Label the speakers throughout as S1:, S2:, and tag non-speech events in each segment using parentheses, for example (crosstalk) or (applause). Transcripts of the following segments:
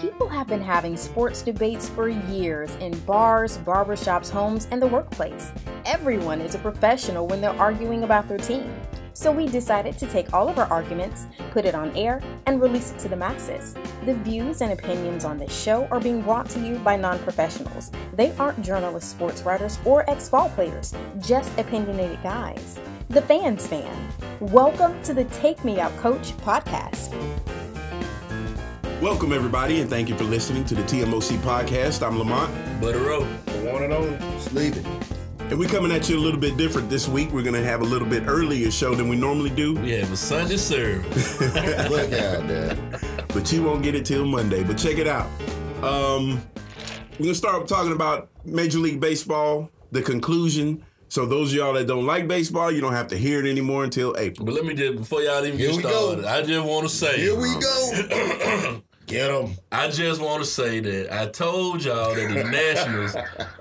S1: people have been having sports debates for years in bars, barbershops, homes, and the workplace. Everyone is a professional when they're arguing about their team. So we decided to take all of our arguments, put it on air, and release it to the masses. The views and opinions on this show are being brought to you by non professionals. They aren't journalists, sports writers, or ex ball players, just opinionated guys. The fans fan. Welcome to the Take Me Out Coach podcast.
S2: Welcome, everybody, and thank you for listening to the TMOC podcast. I'm Lamont,
S3: Butter up.
S4: The one and only. Sleep it.
S2: and we're coming at you a little bit different this week. We're going to have a little bit earlier show than we normally do,
S3: Yeah, but Sunday
S4: (laughs)
S3: service.
S4: Look out there.
S2: but you won't get it till Monday. But check it out. Um, we're going to start talking about Major League Baseball, the conclusion. So, those of y'all that don't like baseball, you don't have to hear it anymore until April.
S3: but let me just before y'all even
S4: Here
S3: get
S4: we go.
S3: started, I just want to say,
S4: Here we go. (clears throat) Get him.
S3: I just want to say that I told y'all that the
S4: (laughs)
S3: Nationals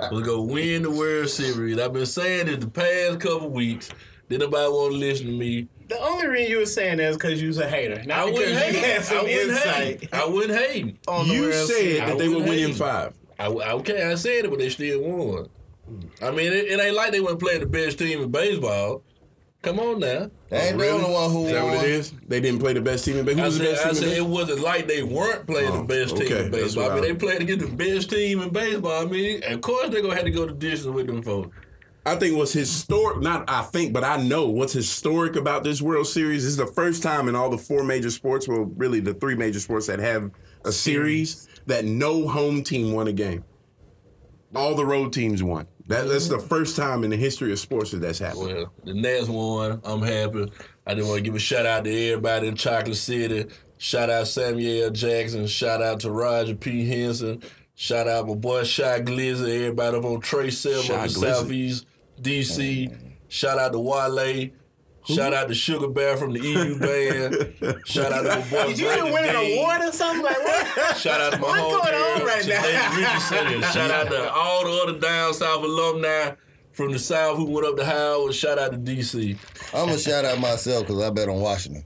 S3: was gonna win the World Series. I've been saying it the past couple weeks. Did nobody want to listen to me?
S5: The only reason you were saying that is because you was a hater. Not
S3: I wouldn't
S5: because you
S3: hate.
S5: had
S3: I
S5: some
S3: wouldn't
S5: insight.
S3: hate. I wouldn't hate.
S5: On the
S2: You
S5: World Series.
S2: said that they
S3: I
S2: were
S3: would
S2: winning
S3: hate.
S2: five.
S3: I, I- okay, I said it, but they still won. I mean, it, it ain't like they weren't playing the best team in baseball. Come on now.
S4: They ain't the
S2: Really?
S4: only one who
S2: Is that what
S4: won.
S2: it is? They didn't play the best team in
S3: I
S2: baseball. Who's the
S3: said,
S2: best
S3: I
S2: team in
S3: said
S2: baseball?
S3: it wasn't like they weren't playing
S2: Oh,
S3: the best team
S2: okay,
S3: in
S2: that's
S3: baseball. I
S2: what
S3: mean,
S2: I-
S3: they played against the best team in baseball. I mean, of course they're gonna have to go to distance with them folks.
S2: I think what's historic, not I think, but I know what's historic about this World Series is the first time in all the four major sports, well, really the three major sports that have a series that no home team won a game. All the road teams won. That, that's the first time in the history of sports that that's happened.
S3: Well, the Nets won. I'm happy. I just want to give a shout out to everybody in Chocolate City. Shout out Samuel L. Jackson. Shout out to Roger P. Henson. Shout out my boy Shy Glizzy. Everybody up on Trey Selma
S2: Shy
S3: up in
S2: Glizzy.
S3: Southeast DC.
S2: Mm.
S3: Shout out to Wale. Shout out to Sugar Bear from the
S2: (laughs)
S3: EU band. Shout out to my boy
S5: Did you even
S3: Brandon
S5: win an
S3: Gaines.
S5: award or something? Like (laughs) what?
S3: Shout out to my
S5: What's
S3: whole
S5: going on
S3: area,
S5: right now?
S3: Janae Richardson, and (laughs) Shout out to all the other down south alumni from the south who went up to Howard. Shout out to DC.
S4: I'm going to shout out myself because I bet on Washington.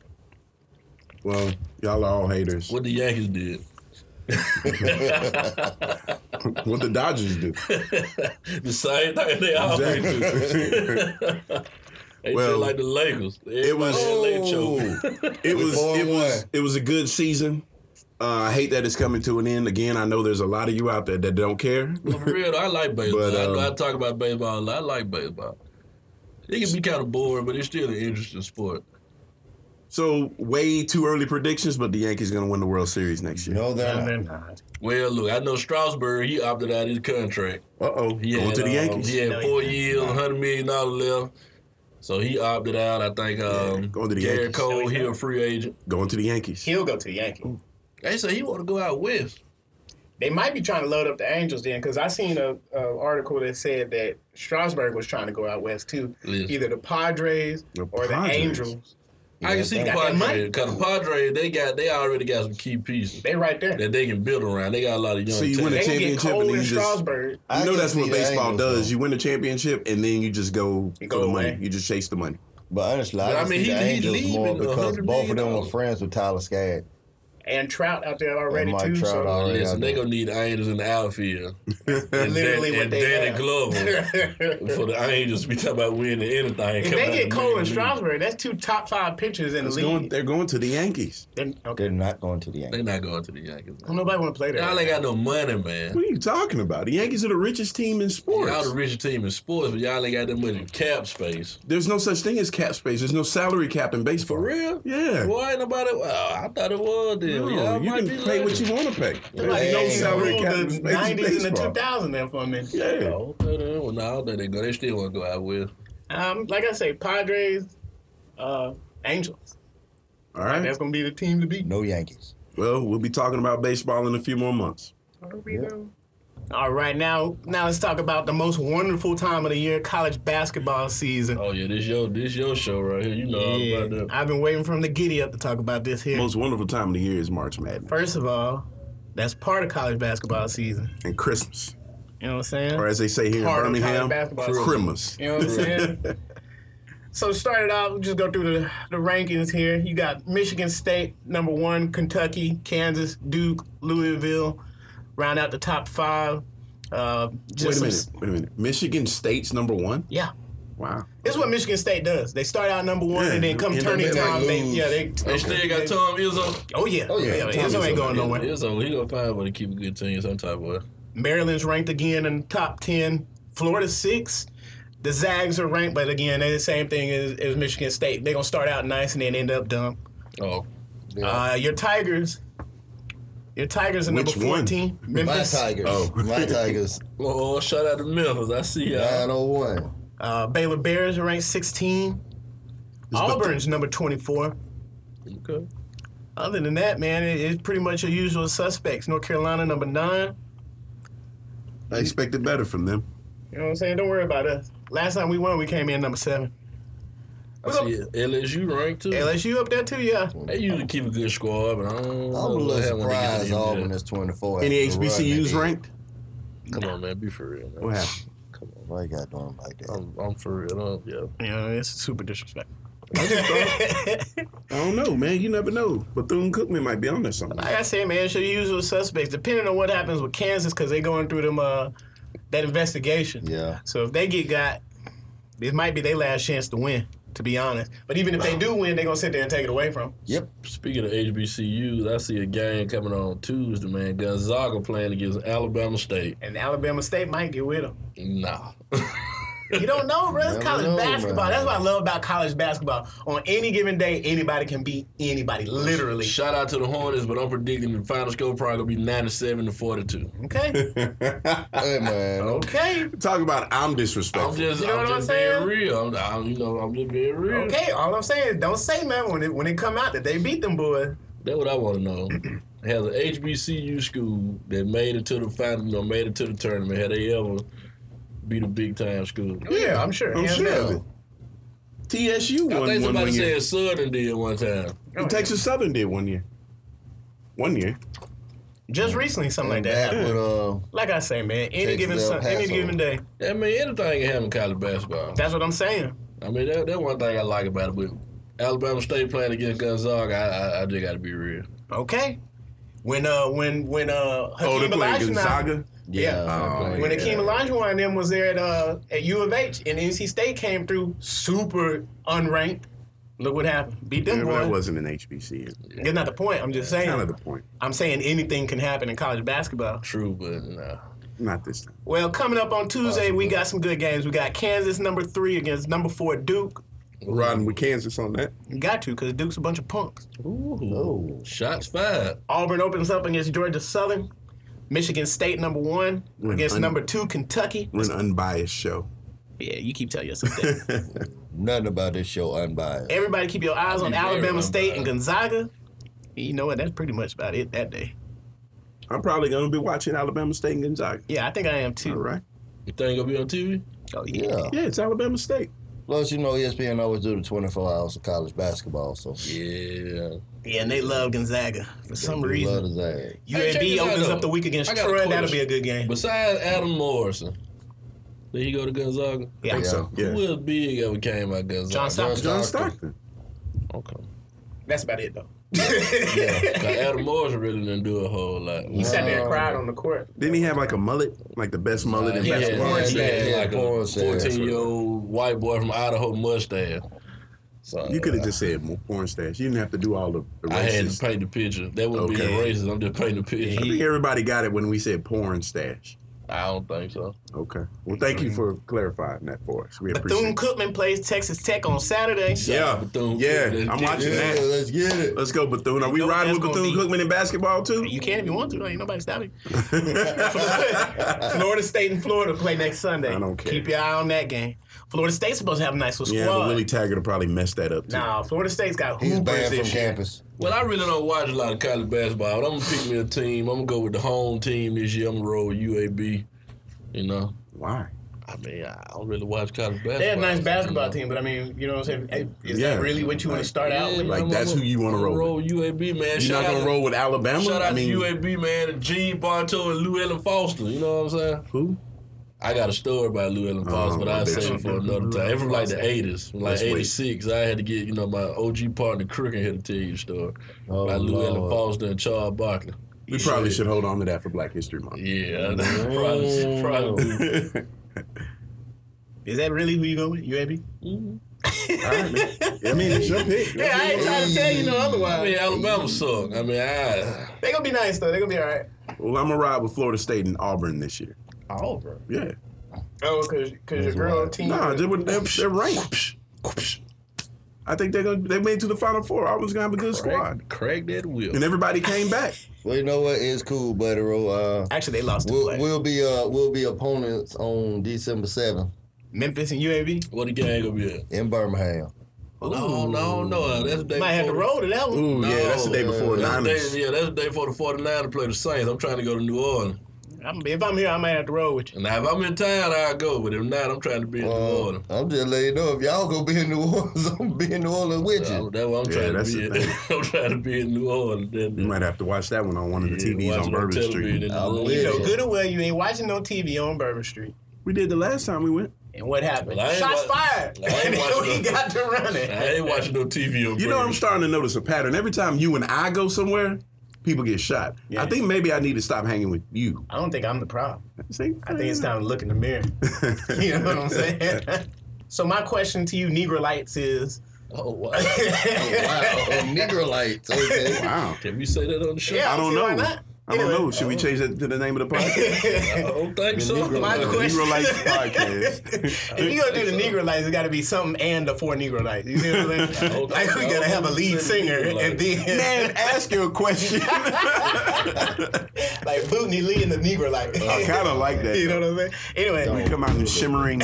S2: Well, y'all are all haters.
S3: What the Yankees did.
S2: What the Dodgers
S3: (laughs)
S2: do.
S3: The same thing they always do. They
S2: (laughs) Well,
S3: feel like the Lakers.
S2: (laughs) it was- Oh. It was
S4: Before
S2: it was
S4: one.
S2: it was a good season. Uh, I hate that it's coming to an end. Again, I know there's a lot of you out there that don't care.
S3: For real, though, I like baseball.
S2: But,
S3: I know I,
S2: um,
S3: talk about baseball. a lot. I like baseball. It can be kind of boring, but it's still an interesting sport.
S2: So way too early predictions, but the Yankees gonna win the World Series next year.
S4: No, they're not.
S5: not.
S3: Well, look, I know Strasburg. He opted out of his contract.
S2: Uh oh,
S3: He
S2: going
S3: had,
S2: to the
S3: um,
S2: Yankees.
S3: he had
S5: No, he
S3: four years, hundred million dollars left. So he opted out. I think um,
S2: going to the
S3: Garrett
S2: Yankees.
S3: Cole,
S5: No, he
S3: he a free agent.
S2: Going to the Yankees.
S5: He'll go to the Yankees.
S3: They say he want to go out west.
S5: They might be trying to load up the Angels then, because I seen a, a article that said that Strasburg was trying to go out west too,
S3: Listen.
S5: either the Padres
S2: The
S5: or the
S2: Padres.
S5: Angels.
S3: I can
S4: Yeah,
S3: see
S4: they
S3: the
S5: got that
S3: Padres
S5: money.
S3: because the Padres they got they already got some key pieces
S5: They right there.
S3: that they can build around. They got a lot of young.
S2: So you
S3: talent.
S2: win
S5: They
S2: a
S5: can get
S2: championship
S5: cold
S2: and then
S5: in
S2: you just.
S5: Strasburg.
S2: You
S4: I
S2: know
S4: can
S2: that's
S4: see
S2: what
S4: the
S2: baseball
S4: angles,
S2: does.
S4: though.
S2: You win a championship and then you just go for
S5: go
S2: the money.
S5: away.
S2: You just chase the money.
S4: But honestly, I,
S3: But, I
S4: can
S3: mean,
S4: see
S3: he-
S4: the
S3: he
S4: Angels
S3: leaving
S4: more
S3: the
S4: because
S3: $100
S4: both of them were
S3: million.
S4: friends with Tyler Skaggs.
S5: And Trout out there already
S4: Mike
S5: too.
S4: Trout
S5: so
S4: already.
S3: Listen,
S4: Yeah,
S3: they
S4: I know.
S3: gonna need Angels in the
S5: (laughs)
S2: (laughs)
S3: outfield.
S5: they're literally
S3: and
S5: what they
S3: Danny
S5: have. (laughs)
S3: Glover for the Angels. We talking about winning anything.
S5: If
S3: Come
S5: they
S3: out
S5: get
S3: and
S5: Cole
S3: win
S5: and
S3: the league.
S5: Strasburg, that's two top five pitchers in the
S2: It's going,
S5: league.
S2: they're going to the Yankees.
S5: Then- okay.
S4: They're not going to the
S3: they
S4: Yankees.
S3: not going to the Yankees.
S5: Well, nobody want to play there.
S3: Y'all ain't got no money, man.
S2: What are you talking about? The Yankees are the richest team in sports.
S3: Y'all the richest team in sports, but y'all ain't got that much in cap space.
S2: There's no such thing as cap space. There's no salary cap in baseball.
S3: For real?
S2: Yeah.
S3: Why ain't nobody? Well, I thought it was. Then.
S2: No,
S3: y'all
S2: you
S3: might
S2: can
S3: be
S2: pay what
S3: lucky.
S2: you want to pay.
S5: Like,
S2: There's no
S4: Hey,
S5: they
S2: salary
S5: ruled
S2: cap
S5: the
S2: in space in
S5: 90s and the
S2: baseball.
S5: 2000s there for a minute.
S2: Yeah.
S3: Oh, okay, then. Well, now that they go, they still want to go out with.
S5: Um, like I say, Padres, uh, Angels.
S2: All right.
S5: That's going to be the team to beat.
S4: No Yankees.
S2: Well, we'll be talking about baseball in a few more months.
S5: All right, now now let's talk about the most wonderful time of the year, college basketball season.
S3: Oh yeah, this your this your show right here. You know all
S5: yeah.
S3: about that.
S5: I've been waiting for him to giddy up to talk about this here.
S2: Most wonderful time of the year is March Madness
S5: First of all, that's part of college basketball season.
S2: and Christmas,
S5: You know what I'm saying?
S2: or as they say here in
S5: Part of college
S2: Birmingham,
S5: basketball.
S2: Christmas.
S5: You know what I'm saying? So started out, we'll just go through the, the rankings here. You got Michigan State, number one, Kentucky, Kansas, Duke, Louisville, round out the top five. Uh,
S2: Wait
S5: just
S2: a
S5: some-
S2: minute. Wait a minute. Michigan State's number one.
S5: Yeah.
S2: Wow.
S5: This is what Michigan State does. They start out number one
S2: Yeah,
S5: and then come
S2: end up
S5: turning
S2: being
S5: time.
S2: like
S5: They,
S2: lose.
S5: yeah, they,
S3: They still got Tom Izzo.
S5: Oh yeah. Oh
S4: yeah,
S5: yeah.
S4: Tom
S5: Izzo
S4: Izzo.
S5: ain't going nowhere.
S3: Izzo, he gonna find a way to keep a good team some type of way.
S5: Maryland's ranked again in the top 10. Florida, six. The Zags are ranked, but again, they're the same thing as, as Michigan State. They're going to start out nice and then end up dumb.
S3: Oh,
S5: Uh, your Tigers. Your Tigers are
S2: Which
S5: number
S2: one?
S5: 14.
S4: My
S5: Memphis.
S4: Tigers.
S2: Oh.
S4: My Tigers.
S3: oh, shout out to Memphis. I see y'all.
S4: 901.
S5: Uh, Baylor Bears are ranked 16. Auburn's number 24.
S3: Okay.
S5: Other than that, man, it- it's pretty much your usual suspects. North Carolina, number nine.
S2: I expected better from them.
S5: You know what I'm saying? Don't worry about us. Last time we won, we came in number seven.
S3: I see it. LSU ranked too.
S5: LSU up there, too, yeah.
S3: They usually keep a good squad, but I don't I'm
S4: I'm a little surprised Auburn is 24.
S2: Any
S4: after the run they
S2: HBCUs
S4: did.
S2: ranked?
S3: Come on, man, be for real, man.
S2: What happened?
S4: Come on, why you got doing like that?
S3: I'm, I'm for real. i yeah.
S5: Yeah, it's super disrespectful.
S2: I don't know, man. You never know. Bethune Cookman might be on there something.
S5: (laughs) Like I said, man, it's your usual suspects. Depending on what happens with Kansas, because they're going through them uh, that investigation.
S4: Yeah.
S5: So if they get got, it might be their last chance to win. To be honest, but even if they do win, they're gonna sit there and take it away from. 'em.
S4: Yep.
S3: Speaking of HBCUs, I see a game coming on Tuesday, man. Gonzaga playing against Alabama State.
S5: And Alabama State might get with them.
S3: Nah.
S5: You don't know, bro. It's
S4: Never
S5: college
S4: know,
S5: basketball.
S4: man.
S5: That's what I love about college basketball. On any given day, anybody can beat anybody. Literally.
S3: Shout out to the Hornets, but I'm predicting the final score probably gonna be 97 to 42.
S5: Okay.
S4: Hey,
S5: Oh,
S4: man.
S5: Okay.
S2: Talk about I'm
S3: I'm
S2: disrespectful.
S3: just,
S5: You
S3: I'm
S5: know what I'm
S3: just
S5: saying?
S3: being real. I'm, I'm, you know, I'm just being real.
S5: Okay. All I'm saying is, don't say nothing when it when it come out that they beat them boys.
S3: That's what I want to know. Has an HBCU school that made it to the final, you know, made it to the tournament, had they ever beat a big time school?
S5: Yeah, I'm sure.
S2: I'm
S5: Hands
S2: sure
S5: down.
S2: of it. TSU
S3: I
S2: won one, one
S3: think somebody
S2: year.
S3: said Southern did one time.
S5: Oh,
S2: And Texas Southern did one year. One year.
S5: Just recently, something like
S4: Like
S5: that.
S4: that
S5: happened.
S4: with, uh,
S5: Like I say, man, any
S4: Texas
S5: given
S4: El
S5: sun, any
S4: Paso.
S5: given day.
S3: I mean, anything can happen in college basketball.
S5: That's what I'm saying.
S3: I mean, that, that one thing I like about it. But Alabama State playing against Gonzaga, I, I, I just got to be real.
S5: Okay. When uh when when uh
S2: Oh, they
S5: Hakeem
S2: played
S5: Olajuwon-
S2: Gonzaga.
S5: Yeah.
S4: yeah.
S2: Oh,
S5: When
S2: yeah.
S5: Hakeem Olajuwon and them was there at uh at U of H and NC State came through super unranked. Look what happened. Beat them
S2: Yeah, but that
S5: boys.
S2: wasn't an HBCU.
S5: That's not the point. I'm just
S2: Kind of
S5: saying.
S2: the point.
S5: I'm saying anything can happen in college basketball.
S3: True, but nah.
S2: Not this time.
S5: Well, coming up on Tuesday, we got some good games. We got Kansas number three against number four Duke.
S2: Riding with Kansas on that.
S5: You got to, because Duke's a bunch of punks.
S2: Oh.
S3: Ooh. Shots fired.
S5: Auburn opens up against Georgia Southern. Michigan State number one
S2: We're
S5: against
S2: un-
S5: number two Kentucky.
S2: We're an unbiased (laughs) show.
S5: Yeah, you keep telling yourself that.
S4: Nothing about this show unbiased.
S5: Everybody keep your eyes on
S3: be very
S5: Alabama State and
S3: unbiased.
S5: Gonzaga. You know what? That's pretty much about it that day.
S2: I'm probably going to be watching Alabama State and Gonzaga.
S5: Yeah, I think I am too.
S2: All right.
S3: You think gonna be on TV?
S5: Oh yeah.
S4: Yeah.
S2: Yeah, it's Alabama State.
S4: Plus, you know, E ESPN always do the 24 hours of college basketball, so.
S3: Yeah.
S5: Yeah, and they love Gonzaga for some
S4: We
S5: reason.
S4: Love his ass.
S5: UAB
S3: check this out,
S5: opens
S3: though.
S5: up the week against
S3: I got a
S5: Troy.
S3: question.
S5: That'll be a good game.
S3: Besides Adam Morrison, did he go to Gonzaga?
S5: Yeah.
S2: So,
S3: Who
S2: yeah.
S3: was big ever came out of Gonzaga?
S5: John Stockton.
S2: John Stockton.
S3: Okay.
S5: That's about it though. (laughs)
S3: Cause Adam Morrison really didn't do a whole lot.
S5: He sat there and
S4: No.
S5: cried on the court.
S2: Didn't he have like a mullet? Like the best mullet in
S3: he had,
S2: basketball?
S5: yeah,
S3: he had
S4: yeah,
S3: like a
S4: Morrison.
S3: 14 year old white boy from Idaho mustache. So uh,
S2: You could have just said more porn stash. You didn't have to do all the, the
S3: I had to
S2: racist. I,
S3: paint the picture. That wouldn't be
S2: Okay.
S3: racist. I'm just painting the picture.
S2: think everybody got it when we said porn stash.
S3: I don't think so.
S2: Okay. Well, thank you for clarifying that for us. We
S5: Bethune
S2: appreciate it.
S5: Cookman plays Texas Tech on Saturday.
S2: Yeah.
S3: Bethune Cookman.
S2: Yeah. I'm watching
S4: Yeah,
S2: that.
S4: let's get it.
S2: Let's go, Bethune. Are we
S5: You know
S2: riding with
S5: that's
S2: Bethune
S5: gonna
S2: Cookman in basketball too?
S5: You can if you want to. Ain't
S2: (laughs)
S5: nobody stopping. you. Florida State and Florida play next Sunday.
S2: I don't care.
S5: Keep your eye on that game. Florida State's supposed to have a nice little
S2: Yeah,
S5: squad.
S2: but Willie Taggart will probably mess that up too.
S5: nah, Florida State's got
S4: He's
S5: hoopers
S4: banned from
S5: this year.
S4: campus.
S3: Well, I really don't watch a lot of college basketball, but I'm gonna pick me a team. I'm gonna go with the home team this year. I'm gonna roll with UAB. You know,
S2: Why?
S3: I mean, I don't really watch college basketball.
S5: They have a nice
S3: so,
S5: basketball
S3: you know.
S5: team, but I mean, you know what I'm saying? Is
S2: Yeah.
S5: that really what you want to start out
S3: Yeah,
S5: with?
S2: Like,
S3: I'm
S2: that's
S3: gonna-
S2: who you wanna
S3: I'm
S2: roll
S3: gonna
S2: with.
S3: Roll with UAB man.
S2: You're
S3: Shout
S2: not
S3: out
S2: gonna
S3: to-
S2: roll with Alabama.
S3: Shout out
S2: I mean,
S3: to UAB man, and Gene Bartow and Lou Ellen Foster. You know what I'm saying?
S2: who?
S3: I got a story about Lou Allen Fox,
S2: Oh,
S3: but
S2: I
S3: I'll
S2: bet
S3: save
S2: you
S3: it for
S2: do.
S3: another time. It was like the eighties, like
S2: Let's wait.
S3: eighty six. I had to get you know my OG partner Crooker here to tell you the story
S4: Oh,
S3: about Lou Allen
S4: Lord.
S3: Foster and Charles Barkley.
S2: We probably should hold on to that for Black History Month. (laughs)
S3: Yeah, (laughs) probably, probably.
S5: (laughs) Is that really who you going with? You AB?
S2: All right, man. I mean, it's your pick.
S5: Yeah, I ain't trying to tell you no
S3: I mean,
S5: otherwise.
S3: Alabama suck. I mean, I
S5: They gonna be nice though. They gonna be all right.
S2: Well, I'm gonna ride with Florida State and Auburn this year.
S5: Over.
S2: Yeah.
S5: Oh, cause, cause your girl team.
S2: Nah, they were, they're, they're ranked. I think they're gonna they made it to the final four. Auburn's gonna have a good squad,
S3: crack, crack that wheel.
S2: and everybody came back.
S4: Well, you know what? It's cool, buddy. Ro. Uh,
S5: Actually, they lost to
S4: we'll,
S5: Black.
S4: we'll be uh, we'll be opponents on December seventh
S5: Memphis and UAB.
S3: What the game gonna be at?
S4: in Birmingham.
S3: No, no, no. That's the day
S5: Might have to
S3: before-
S5: roll to that one.
S2: Ooh, yeah, that's the day before
S3: That's the
S2: Niners.
S3: day, yeah, that's the day for the 49 to play the Saints. I'm trying to go to New Orleans.
S5: I'm, if I'm here, I might have to roll with you.
S3: And if I'm in town, I'll go. But if not, I'm trying to be in New
S4: Uh,
S3: Orleans.
S4: I'm just letting you know if y'all gonna be in New (laughs) Orleans, I'm gonna be in New Orleans with
S3: Uh,
S4: you.
S3: That's what I'm
S2: Yeah,
S3: trying
S2: that's
S3: to
S2: the
S3: be. In.
S2: thing.
S3: (laughs) I'm trying to be in New Orleans. Then,
S2: You might have to watch that one on one of the
S3: Yeah,
S2: TVs
S3: watch
S2: on
S3: it
S2: Bourbon
S3: television
S2: Street.
S3: in the
S4: I
S3: room.
S4: will.
S5: So
S4: Yeah.
S5: good or well, you ain't watching no TV on Bourbon Street.
S2: We did the last time we went.
S5: And what happened?
S3: Well, I ain't
S5: Shots
S3: wa-
S5: fired.
S3: I ain't
S5: (laughs) And then
S3: watching
S5: we
S3: no-
S5: got to
S3: (laughs)
S5: running.
S3: I ain't watching no TV on
S2: You know, I'm
S3: Bourbon
S2: starting to notice a pattern. Every time you and I go somewhere, people get shot.
S5: Yeah.
S2: I think maybe I need to stop hanging with you.
S5: I don't think I'm the problem.
S2: See?
S5: I think it's time to look in the mirror. (laughs) you know what I'm saying? (laughs) so my question to you, Negro Lights, is
S3: Street. Oh, wow.
S4: Oh, (laughs) wow, oh, Negro lights.
S2: (laughs)
S4: Okay.
S5: (laughs)
S2: Wow.
S3: (laughs) Can we say that on the show?
S5: Yeah.
S2: I don't
S5: See,
S2: know.
S5: why not?
S2: I don't
S5: Anyway.
S2: know. Should we change that to the name of the
S5: (laughs)
S2: podcast?
S3: I
S5: if
S3: don't think so.
S4: Negro
S5: (laughs) My
S3: Uh,
S5: question-
S2: Negro Lights
S5: (laughs)
S2: Podcast.
S5: you're gonna do the Negro Lights, it's gotta be something and the four Negro Lights. You see what
S2: (laughs)
S5: I'm saying?
S3: Okay.
S5: like we gotta have a lead singer
S3: Negro
S5: and then
S2: (laughs) Man,
S5: (laughs)
S2: ask your question.
S5: like Bootney Lee and the Negro Lights.
S2: I kind of like that.
S5: (laughs) you know what I'm saying? Anyway,
S2: Come out in
S5: (laughs)
S2: shimmering,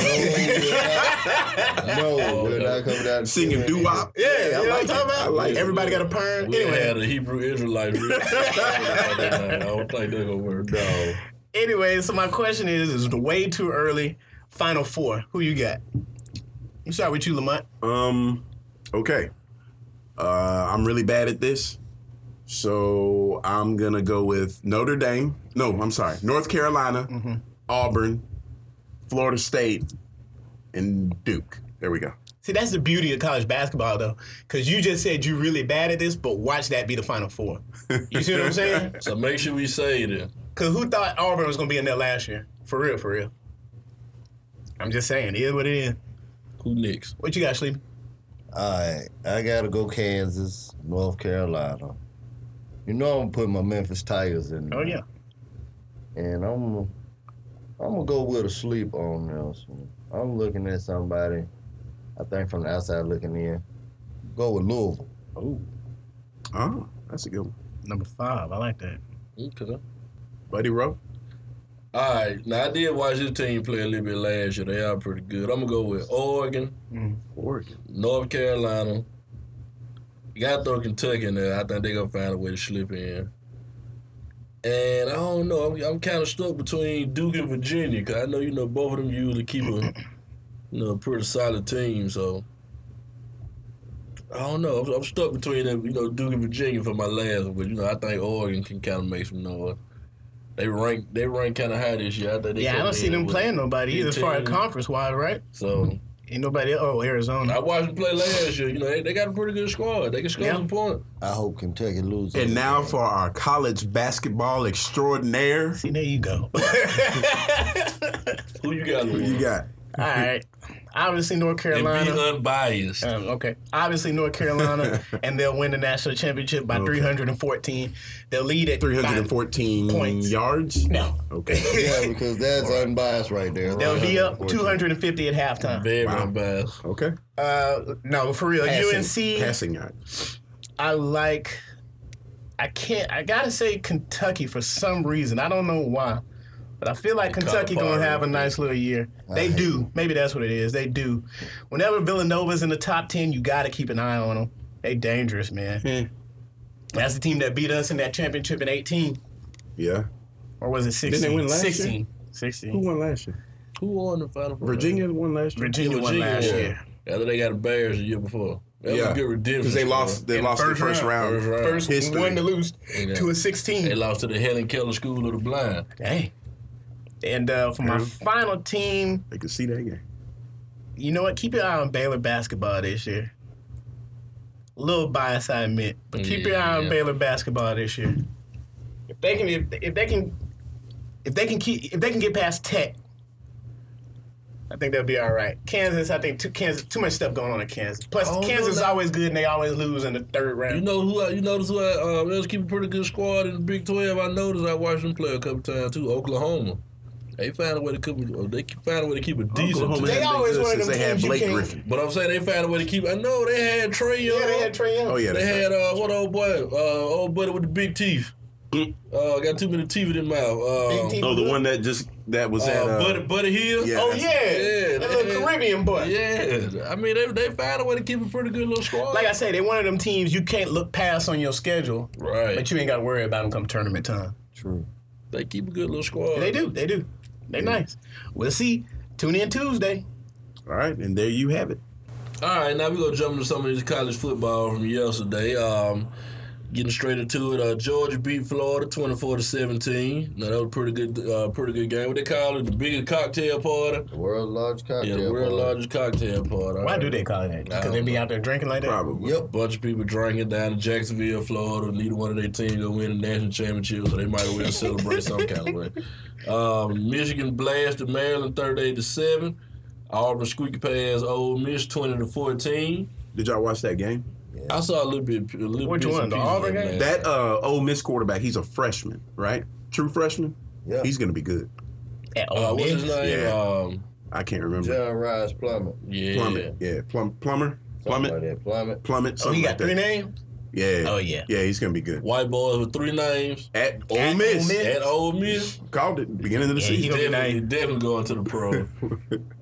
S4: no, we're not coming down.
S2: singing doo wop.
S5: yeah, you know what I'm talking about?
S2: I like it.
S5: Everybody got a perm.
S3: We
S5: anyway,
S3: had a Hebrew
S2: (laughs)
S3: Israelite. I don't think they're gonna work. No.
S5: Anyway, so my question is: Is the way too early? Final four. Who you got? We start with you, Lamont.
S2: Um, okay. Uh, I'm really bad at this. So I'm going to go with Notre Dame. No, I'm sorry. North Carolina,
S5: Mm-hmm.
S2: Auburn, Florida State, and Duke. There we go.
S5: See, that's the beauty of college basketball, though, because you just said you're really bad at this, but watch that be the final four. You see what
S3: (laughs)
S5: I'm saying?
S3: So make sure we say it.
S5: Because who thought Auburn was gonna be in there last year? For real, for real. I'm just saying, it is what it is.
S3: Who next?
S5: What you got, Sleepy?
S4: All right, I gotta go Kansas, North Carolina. You know I'm putting my Memphis Tigers in. there.
S5: Oh yeah.
S4: And I'm, I'm gonna go with a sleep on this one. I'm looking at somebody. I think from the outside looking in. Go with Louisville.
S5: Oh,
S2: Oh, that's a good one.
S5: number five. I like that.
S3: Okay.
S2: Buddy Rowe.
S3: All right. Now I did watch this team play a little bit last year. They are pretty good. I'm gonna go with Oregon,
S2: Oregon.
S3: North Carolina. You gotta throw Kentucky in there. I think they gonna find a way to slip in. And I don't know. I'm, I'm kind of stuck between Duke and Virginia because I know you know both of them usually keep a you know pretty solid team. So I don't know. I'm, I'm stuck between them, you know Duke and Virginia for my last one. But you know I think Oregon can kind of make some noise. They rank they rank kind of high this year. I think they
S5: Yeah, I
S3: could
S5: don't
S3: be
S5: see
S3: in
S5: them
S3: with-
S5: playing nobody either, as far as
S3: 15.
S5: conference wise, right?
S3: So
S5: Ain't nobody. Oh, Arizona.
S3: I watched them play last year. You know they, they got a pretty good squad. They can score
S5: Yeah.
S3: some points.
S4: I hope Kentucky loses.
S2: And now for our college basketball extraordinaire.
S5: See, there you (laughs) go.
S3: Who you got?
S2: Who you got?
S5: All right. Obviously, North
S3: And be
S5: Carolina.
S3: unbiased.
S5: Um, okay. Obviously, North Carolina, and they'll win the national championship by 314. They'll lead at
S2: 314
S5: Points.
S2: yards.
S5: by- No.
S2: Okay.
S4: yeah, because that's unbiased right there.
S5: They'll be up 250 at halftime.
S3: Very
S2: Wow. (laughs)
S3: unbiased.
S2: Okay.
S5: Uh, no, for real.
S4: Passing.
S5: UNC,
S2: Passing yards.
S5: I like. I can't. I gotta say Kentucky for some reason. I don't know why, but I feel like
S3: They
S5: Kentucky
S3: caught a
S5: gonna
S3: ball.
S5: have a nice little year. They
S4: hate
S5: do. Maybe that's what it is. They do. Whenever Villanova's in the top ten, you gotta keep an eye on them. They dangerous, man.
S2: Hmm.
S5: That's the team that beat us in that championship in 18,
S2: Yeah.
S5: or was it 16?
S2: Didn't they win last year?
S5: 16. 16.
S2: Who won last year?
S3: Who won the final? Four?
S2: Virginia won last year.
S5: Virginia, won
S3: Virginia
S5: last
S3: won.
S5: year.
S3: After they got the Bears the year before. That was a good redemption.
S2: because they
S3: for
S2: lost.
S3: them.
S2: They
S5: In the
S2: lost
S5: first
S2: the first
S5: round.
S2: round.
S3: First round.
S5: First
S2: History.
S5: one to lose
S3: Yeah.
S5: to a
S3: They
S5: 16.
S3: lost to the Helen Keller School of the Blind.
S5: Dang. And uh, for my final team,
S2: They can see that game.
S5: you know what? Keep your eye on Baylor basketball this year. Little bias, I admit, but keep your eye on
S6: Yeah.
S5: Baylor basketball this year. If they can, if, if they can, if they can keep, if they can get past Tech, I think they'll be all right. Kansas, I think too Kansas, too much stuff going on in Kansas. Plus,
S2: Oh,
S3: don't know
S5: Kansas is
S3: that-
S5: always good, and they always lose in the third round.
S3: You know who? I, you notice who I, um, else keep a pretty good squad in the Big Twelve. I noticed I watched them play a couple times too. Oklahoma, they found a way to keep. They keep- find a way to keep a decent.
S2: Oklahoma
S3: team.
S5: They
S2: hasn't been
S5: always
S2: good
S5: one of
S2: since
S5: them
S2: they had
S5: teams you
S2: Blake
S5: can't-
S2: Griffin.
S3: But I'm saying they found a way to keep. I know they had Trey Young.
S5: yeah, they had Trey Young.
S2: Oh yeah,
S3: They
S2: that's
S3: had
S2: right.
S3: uh, what old boy, uh, old buddy with the big teeth.
S2: Hmm?
S3: Uh, got too many teeth in his mouth. Uh,
S5: Big teeth.
S2: Oh, the one that just that was
S3: uh,
S2: at uh,
S3: buddy, buddy Hill.
S2: yeah.
S5: Oh yeah,
S3: Yeah,
S5: that little
S3: they-
S5: Caribbean boy.
S3: Yeah, I mean they they found a way to keep a pretty good little squad.
S5: Like I say, they one of them teams you can't look past on your schedule,
S3: right,
S5: but you ain't got to worry about them come tournament time.
S4: True.
S3: they keep a good little squad.
S5: They do, they do, they nice. We'll see. Tune in Tuesday.
S2: All right, and there you have it.
S3: All right, now we're gonna jump into some of this college football from yesterday. Um, getting straight into it, uh, Georgia beat Florida twenty-four to seventeen. Now that was a pretty good, uh, pretty good game. What they call it, the bigger cocktail party.
S4: The world's largest
S3: Yeah,
S4: cocktail.
S3: the world's
S4: party.
S3: largest cocktail party.
S5: Why do they call it that? Because they be out there drinking like that.
S2: Probably.
S3: Yep, bunch of people drinking down in Jacksonville, Florida. Neither one of their teams gonna win the national championship, so they might as well celebrate some kind of way. Um, Michigan blasted Maryland thirty-eight to seven. Auburn squeaky pass Ole Miss twenty to fourteen.
S2: Did y'all watch that game?
S3: I saw a little bit. A little
S5: Which
S3: bits
S5: one?
S3: and
S5: The
S3: pieces
S5: Auburn
S3: of it,
S5: game?
S3: man.
S2: That uh, Ole Miss quarterback, he's a freshman, right? True freshman.
S4: Yeah.
S2: He's gonna be good.
S5: At Ole
S3: Uh, what's
S5: Miss.
S3: his name?
S2: Yeah.
S3: Um,
S2: I can't remember.
S4: John Rice Plummet.
S3: yeah.
S2: Plummet. Yeah. Plum, plumber.
S4: Something like
S2: Plummet.
S4: that. Plummet.
S2: Plummet.
S5: Oh,
S2: Something
S5: he
S2: like
S5: got
S2: that.
S5: three names.
S2: Yeah.
S5: Oh, yeah.
S2: Yeah, he's gonna be good.
S3: White boys with three names.
S2: At Ole
S5: Ole
S2: Miss.
S5: Miss.
S3: At Ole Miss,
S2: Called it beginning of the
S5: Yeah, he
S2: season.
S5: gonna be
S3: definitely,
S5: nice.
S3: definitely going to the pro.
S2: (laughs)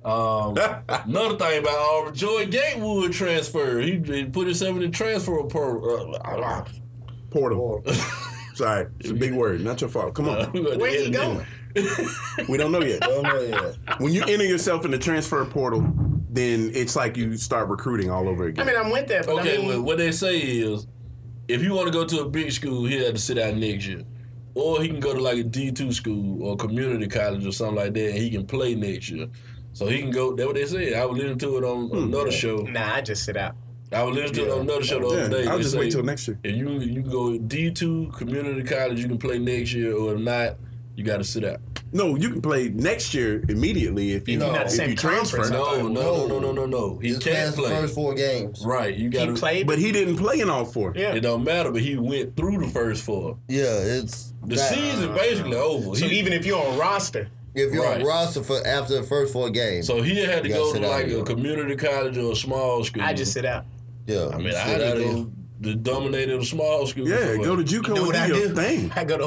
S3: Um, another thing about Auburn, Joy Gatewood transfer. He, he put himself in the transfer pro. (laughs) Uh,
S2: Portal.
S5: (laughs)
S4: Portal.
S2: Sorry, it's a big word. Not your fault. Come on.
S5: Where he going?
S2: We don't know yet.
S4: Don't know yet.
S2: When you enter yourself in the transfer portal, then it's like you start recruiting all over
S5: I
S2: again.
S5: mean, I'm with that, but
S3: Okay,
S5: I mean,
S3: well, what they say is, if you want to go to a big school, he have to sit out next year, or he can go to like a D two school or community college or something like that, and he can play next year. So he can go. That's what they said. I was listening to it on another show.
S5: nah, I just sit out.
S3: I was listening to it on another show the other day.
S2: Hmm. yeah, I'll
S3: They
S2: just wait
S3: say,
S2: till next year.
S3: If you you can go D two community college, you can play next year, or if not, you got to sit out.
S2: No, you can play next year immediately if you,
S5: No. Not the
S2: if
S5: same
S2: you transfer.
S5: conference.
S3: No, no, no, no, no, no, no. He
S4: Just
S3: can't
S4: past the
S3: play.
S4: first four games.
S3: Right, you got
S5: He
S3: to.
S5: played,
S2: But he didn't play in all four.
S5: yeah.
S3: It don't matter, but he went through the first four.
S4: Yeah, it's
S3: The
S4: that-
S3: season basically
S2: Uh-huh.
S3: over.
S5: So
S3: he,
S5: even if you're on roster,
S4: If you're
S3: Right.
S4: on roster for after the first four games,
S3: so he had to
S4: You gotta
S3: go to
S4: sit out
S3: like
S4: here.
S3: a community college or a small school.
S5: I just sit out.
S4: yeah,
S3: I mean, I had to go to dominate at a small school.
S2: Yeah,
S3: before.
S2: go to JUCO
S5: You know
S2: and
S5: what
S2: do
S5: I
S2: your
S5: do?
S2: thing.
S5: I go to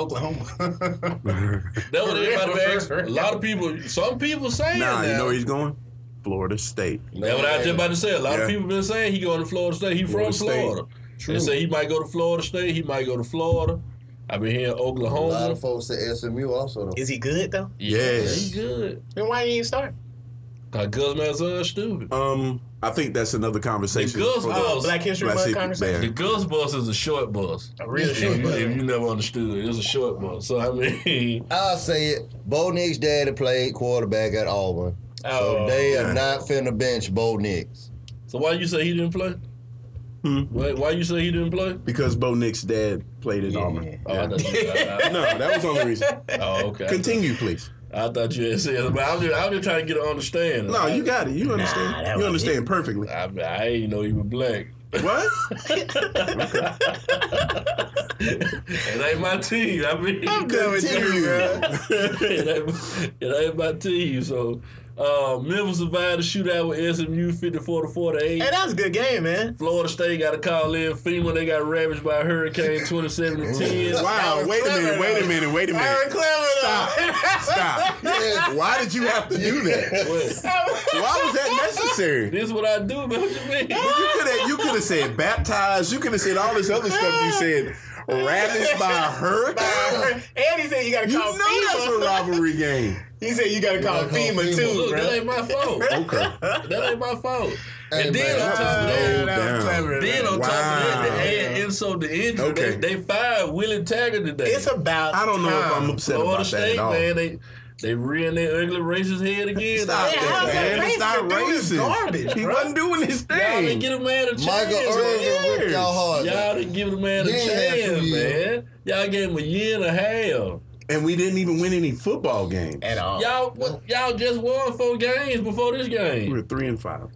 S5: Oklahoma.
S3: That was everybody asked.
S5: For
S3: A
S5: real.
S3: lot of people, some people saying
S2: Nah,
S3: that.
S2: you know where he's going? Florida State.
S3: That's what I was just about to say. A lot
S2: Yeah.
S3: of people been saying he going to Florida State. He
S2: Florida
S3: from
S2: State.
S3: Florida. They say he might go to Florida State. He might go to Florida. I've been hearing
S4: A lot
S3: Oklahoma.
S4: of folks at SMU also. Though.
S5: Is he good though?
S3: He
S2: Yes.
S3: good.
S5: Then why didn't you start?
S3: Cause Gus Malzahn stupid.
S2: Um, I think that's another conversation.
S3: Gus
S2: for the-
S3: Malzahn.
S5: Oh, Black History
S2: Black
S5: Month
S2: History-
S5: conversation.
S3: The Gus bus is a short bus.
S5: A real
S3: If
S5: short
S3: you-
S5: bus.
S3: If you never understood, it's a short bus. So I mean, (laughs)
S4: I'll say it. Bo Nix daddy played quarterback at Auburn.
S5: Oh.
S4: so they
S2: yeah.
S4: are not finna bench Bo
S3: (laughs)
S4: Nix.
S3: so why you say he didn't play? Why, why you say he didn't play?
S2: Because Bo Nick's dad played at Auburn.
S5: (laughs)
S3: Oh, I thought you, I,
S2: No, that was the only reason.
S3: I, oh, okay.
S2: Continue, please.
S3: I thought you had said, but I'm just, I'm just trying to get an understanding.
S2: No, you got it. You
S5: Nah,
S2: understand.
S5: that
S2: you
S5: was
S2: understand
S5: (laughs)
S2: perfectly.
S3: I, I ain't know you were black.
S2: What?
S3: It ain't my team. I mean,
S2: Continue.
S3: (laughs) it, ain't, it ain't my team. So, uh, Memphis survived the shootout with SMU 54 to 48.
S5: Hey, that was a good game, man.
S3: Florida State got a call in. FEMA, they got ravaged by a hurricane 27 to
S2: (laughs)
S3: 10.
S2: Wow, wait a minute, wait a minute, wait a minute.
S5: clever
S2: Stop. Stop. Why did you have to do that?
S3: What?
S2: Why was that necessary?
S3: This is what I do, man. What you mean?
S2: You could have you could have said baptized, you could have said all this other stuff you said. Ravaged by a hurricane.
S5: and he said you gotta
S2: You
S5: call
S2: know that's a
S5: FEMA.
S2: rivalry game.
S5: He said you gotta call
S4: gotta call
S5: FEMA
S4: FEMA.
S5: too,
S3: Look, that
S5: bro.
S3: ain't my fault.
S2: Okay.
S3: That ain't my fault.
S4: Hey,
S3: and then
S4: man,
S3: on top of
S2: slow
S3: that,
S5: Yeah, that
S2: down.
S5: was clever.
S3: then
S5: man.
S3: on top of that,
S2: Wow.
S3: they add insult to injury.
S2: Okay.
S3: They, they fired Willie Taggart today.
S5: It's about
S2: I don't know if
S5: time.
S2: I'm upset
S3: Florida
S2: about that at
S3: State,
S2: all.
S3: man. They They rearing their ugly racist head again.
S2: Stop
S5: Yeah,
S2: that,
S5: how's that
S2: man.
S5: racist?
S2: Stop
S5: The dude is
S2: racist.
S5: garbage,
S2: he
S5: bro.
S2: wasn't doing his
S3: Y'all didn't
S2: thing.
S3: give a man a chance.
S4: (laughs) Michael
S3: man.
S2: years.
S4: Irvin ripped y'all hard.
S3: Y'all didn't give the man a
S4: He ain't had two
S3: chance,
S4: years.
S3: man. Y'all gave him a year and a half.
S2: And we didn't even win any football games.
S5: at
S4: Oh,
S5: all.
S3: Y'all, what, y'all just won four games before this
S2: We
S3: game.
S2: were three and five.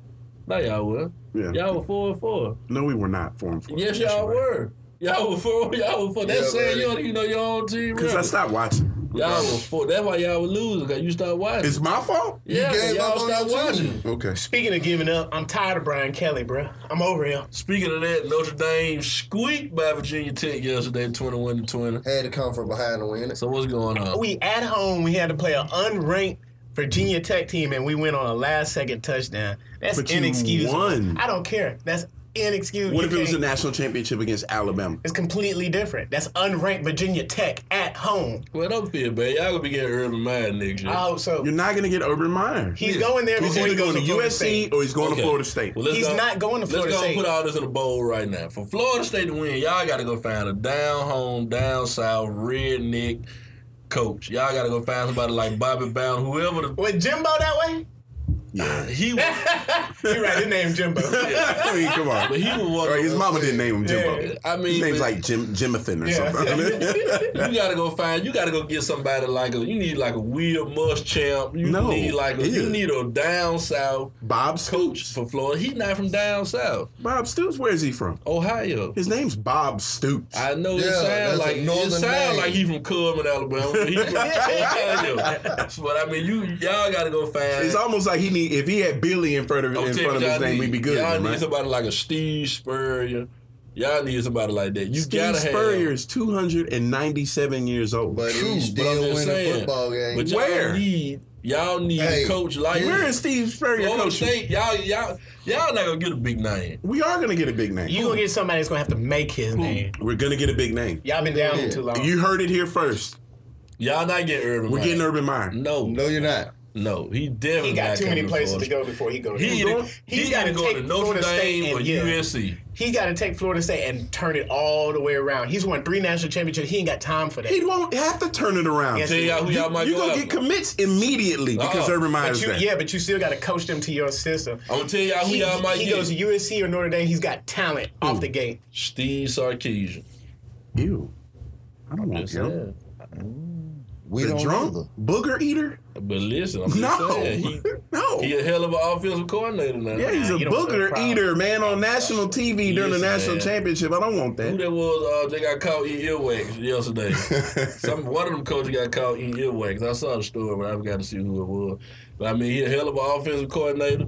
S3: No, y'all were.
S2: Yeah.
S3: Y'all were four and four.
S2: No, we were not four and four.
S3: Yes, y'all were. Y'all were four. (laughs) Y'all were four. That's
S4: Yeah,
S3: saying
S4: buddy.
S3: you don't even know your own team.
S2: Because I
S3: record.
S2: stopped watching.
S3: Y'all were four. That's why y'all were losing because you stopped watching.
S2: It's my fault.
S3: yeah,
S4: gave
S3: y'all
S4: up on
S3: stopped
S4: your team.
S3: watching.
S2: Okay.
S5: Speaking of giving up, I'm tired of Brian Kelly, bro. I'm over him.
S3: Speaking of that, Notre Dame squeaked by Virginia Tech yesterday, twenty-one to twenty.
S4: Had to come from behind to win it.
S3: So what's going
S4: Oh,
S3: on?
S5: We at home, we had to play an unranked Virginia Tech team, and we went on a last second touchdown. That's
S2: But you
S5: inexcusable.
S2: won.
S5: I don't care. That's inexcusable.
S2: What
S5: You
S2: if it was a
S5: can't-
S2: national championship against Alabama?
S5: It's completely different. That's unranked Virginia Tech at home.
S3: Well, don't feel bad. Y'all gonna be getting early mind next
S4: Oh,
S3: year.
S5: I hope so.
S2: You're not going to get Urban Meyer.
S5: He's going there
S2: He's
S5: before
S2: either
S5: he goes
S2: going to
S5: Florida
S2: USC
S5: State.
S2: or he's going to
S3: Okay.
S2: Florida State.
S3: Well, let's
S5: He's
S3: go-
S5: not going to Florida
S3: Let's go
S5: State.
S3: put all this in a bowl right now. For Florida State to win, y'all got to go find a down home, down south, redneck coach. Y'all got to go find somebody like Bobby Brown, whoever. The,
S5: With Jimbo that way? Oh.
S3: he, was-
S5: You're right, his name Jimbo.
S2: (laughs) I mean, come on.
S3: but he was one.
S2: All right,
S3: of
S2: his
S3: the-
S2: mama didn't name him Jimbo.
S5: Yeah.
S3: I mean,
S2: His name's
S3: but-
S2: like Jim Jimathan or
S3: (laughs)
S5: Yeah.
S2: something.
S3: You gotta go find. You gotta go get somebody like a. You need like a Will Muschamp. You
S2: No,
S3: need like a. You
S2: yeah.
S3: need a down south
S2: Bob
S3: coach
S2: Stoops.
S3: for Florida. He's not from down south,
S2: Bob Stoops, where is he from?
S3: Ohio.
S2: His name's Bob Stoops.
S3: I know
S4: Yeah,
S3: it
S4: that's
S3: sounds
S4: a
S3: like it
S4: northern
S3: sound
S4: name.
S3: like he from Cullman, Alabama. But,
S2: (laughs)
S3: he from Ohio. but I mean, you y'all gotta go find.
S2: it's almost like he need if he had Billy in front of
S3: I'm
S2: in
S3: telling
S2: front of
S3: you,
S2: his
S3: y'all
S2: name,
S3: need-
S2: we'd be good.
S3: Y'all
S2: then,
S3: need
S2: right?
S3: somebody like a Steve Spurrier. Y'all need somebody like that. You
S2: Steve
S3: gotta
S2: Spurrier
S3: have.
S2: is 297 years old.
S4: But
S3: True,
S4: he
S3: but I'm
S4: still
S3: just
S4: win a
S3: saying.
S4: football game.
S3: But y'all
S2: Where?
S3: need y'all need
S4: Hey,
S3: a coach like
S2: where is Steve Spurrier
S3: Florida
S2: coaching?
S3: State, y'all, y'all, y'all not gonna get a big name.
S2: We are gonna get a big name.
S5: You're going to get somebody that's going to have to make his name.
S2: We're gonna get a big name.
S5: Y'all been down
S4: Yeah.
S5: for too long.
S2: You heard it here first.
S3: Y'all not getting Urban.
S2: We're
S3: Meyer.
S2: getting Urban Meyer.
S3: No, no,
S4: no, you're not.
S3: He definitely
S5: he got
S3: not
S5: too many
S3: coming
S5: places
S3: Florida
S5: to go before he goes.
S3: State. He either,
S5: he's
S3: got to
S5: gotta
S3: go to
S5: take
S3: Notre
S5: Florida State
S3: Dame or
S5: and yeah.
S3: USC.
S5: He got to take Florida State and turn it all the way around. He's won three national championships. He ain't got time for that.
S2: He won't have to turn it around.
S5: Yes,
S3: Tell y'all who
S2: you,
S3: y'all might
S2: you
S3: go
S2: gonna
S3: out
S2: get
S3: with.
S2: commits immediately because
S3: Uh-uh.
S2: Urban
S5: but
S2: Meyer's
S5: you,
S2: there.
S5: yeah, but you still got to coach them to your system.
S3: I'm gonna tell y'all Oh, who
S5: He,
S3: y'all might
S5: he
S3: get.
S5: goes to USC or Notre Dame. He's got talent off the gate.
S3: Steve Sarkeesian.
S2: Ew. I don't want
S3: Just
S2: him.
S3: saying.
S4: We
S2: The
S4: don't
S2: drunk
S4: either.
S2: booger eater?
S3: But listen, I'm just
S2: No,
S3: saying, he,
S2: (laughs) no.
S3: he a hell of an offensive coordinator now.
S2: yeah, he's
S5: Nah,
S2: a
S5: you don't want that
S2: booger
S5: problem.
S2: eater, man, on national TV during the
S3: Listen,
S2: national
S3: man.
S2: championship. I don't want
S3: who
S2: that.
S3: that was? Uh, they got caught eating earwax (laughs) yesterday. Some one of them coaches got caught eating earwax. I saw the story, but I forgot to see who it was. But I mean, he a hell of an offensive coordinator.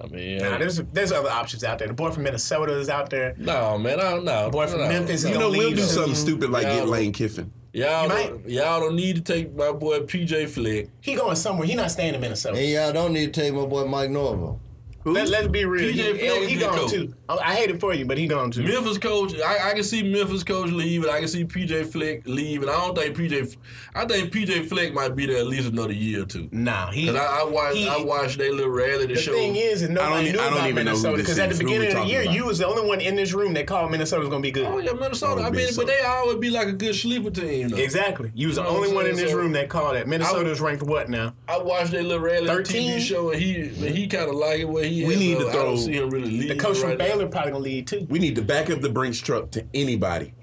S3: I mean,
S5: Now, there's there's other options out there. The boy from Minnesota is out there.
S3: No, man, I don't know.
S5: boy from
S3: No,
S5: Memphis,
S3: no.
S5: he
S2: You know,
S5: don't
S2: we'll
S5: leave
S2: do
S5: him.
S2: something stupid like
S3: Yeah.
S2: get Lane Kiffin.
S3: y'all,
S5: You
S3: don't, y'all don't need to take my boy PJ Flick.
S5: He going somewhere. He not staying in Minnesota.
S4: And y'all don't need to take my boy Mike Norville.
S2: Who?
S5: Let, let's be
S3: PJ
S5: real. He,
S3: Fleck
S5: he
S3: is a good
S5: gone
S3: coach.
S5: too. I, I hate it for you, but he gone too.
S3: Memphis coach, I, I can see Memphis coach leaving. I can see PJ Flick leaving. I don't think PJ, F- I think PJ Flick might be there at least another year or two.
S5: Nah, he.
S3: Cause I, I watched,
S5: he-
S3: I watched their little reality
S5: The
S3: show.
S5: thing is, is
S2: I don't
S5: nobody
S2: e-
S5: knew
S2: I don't
S5: about
S2: even know who
S5: Minnesota
S2: this
S5: because at the
S2: is. Who we
S5: beginning of the
S2: talking
S5: year,
S2: about?
S5: you was the only one in this room that called Minnesota's gonna be good.
S3: oh yeah, Minnesota.
S2: Oh,
S3: I mean,
S2: Minnesota.
S3: but they always be like a good sleeper team. Though.
S5: Exactly. You was the
S3: You know what
S5: only
S3: I'm
S5: one in
S3: saying?
S5: this
S3: Oh, So-
S5: room that called it. Minnesota's ranked what now?
S3: I watched their little reality
S5: 13?
S3: TV show, and he, and he kind of like it where he.
S2: We
S3: is,
S2: need
S3: so
S2: to
S3: I
S2: throw
S3: don't see him really
S5: The
S3: leaving
S5: coach from
S3: right now.
S5: Baylor probably gonna lead too.
S2: We need to back up the Brinks truck to anybody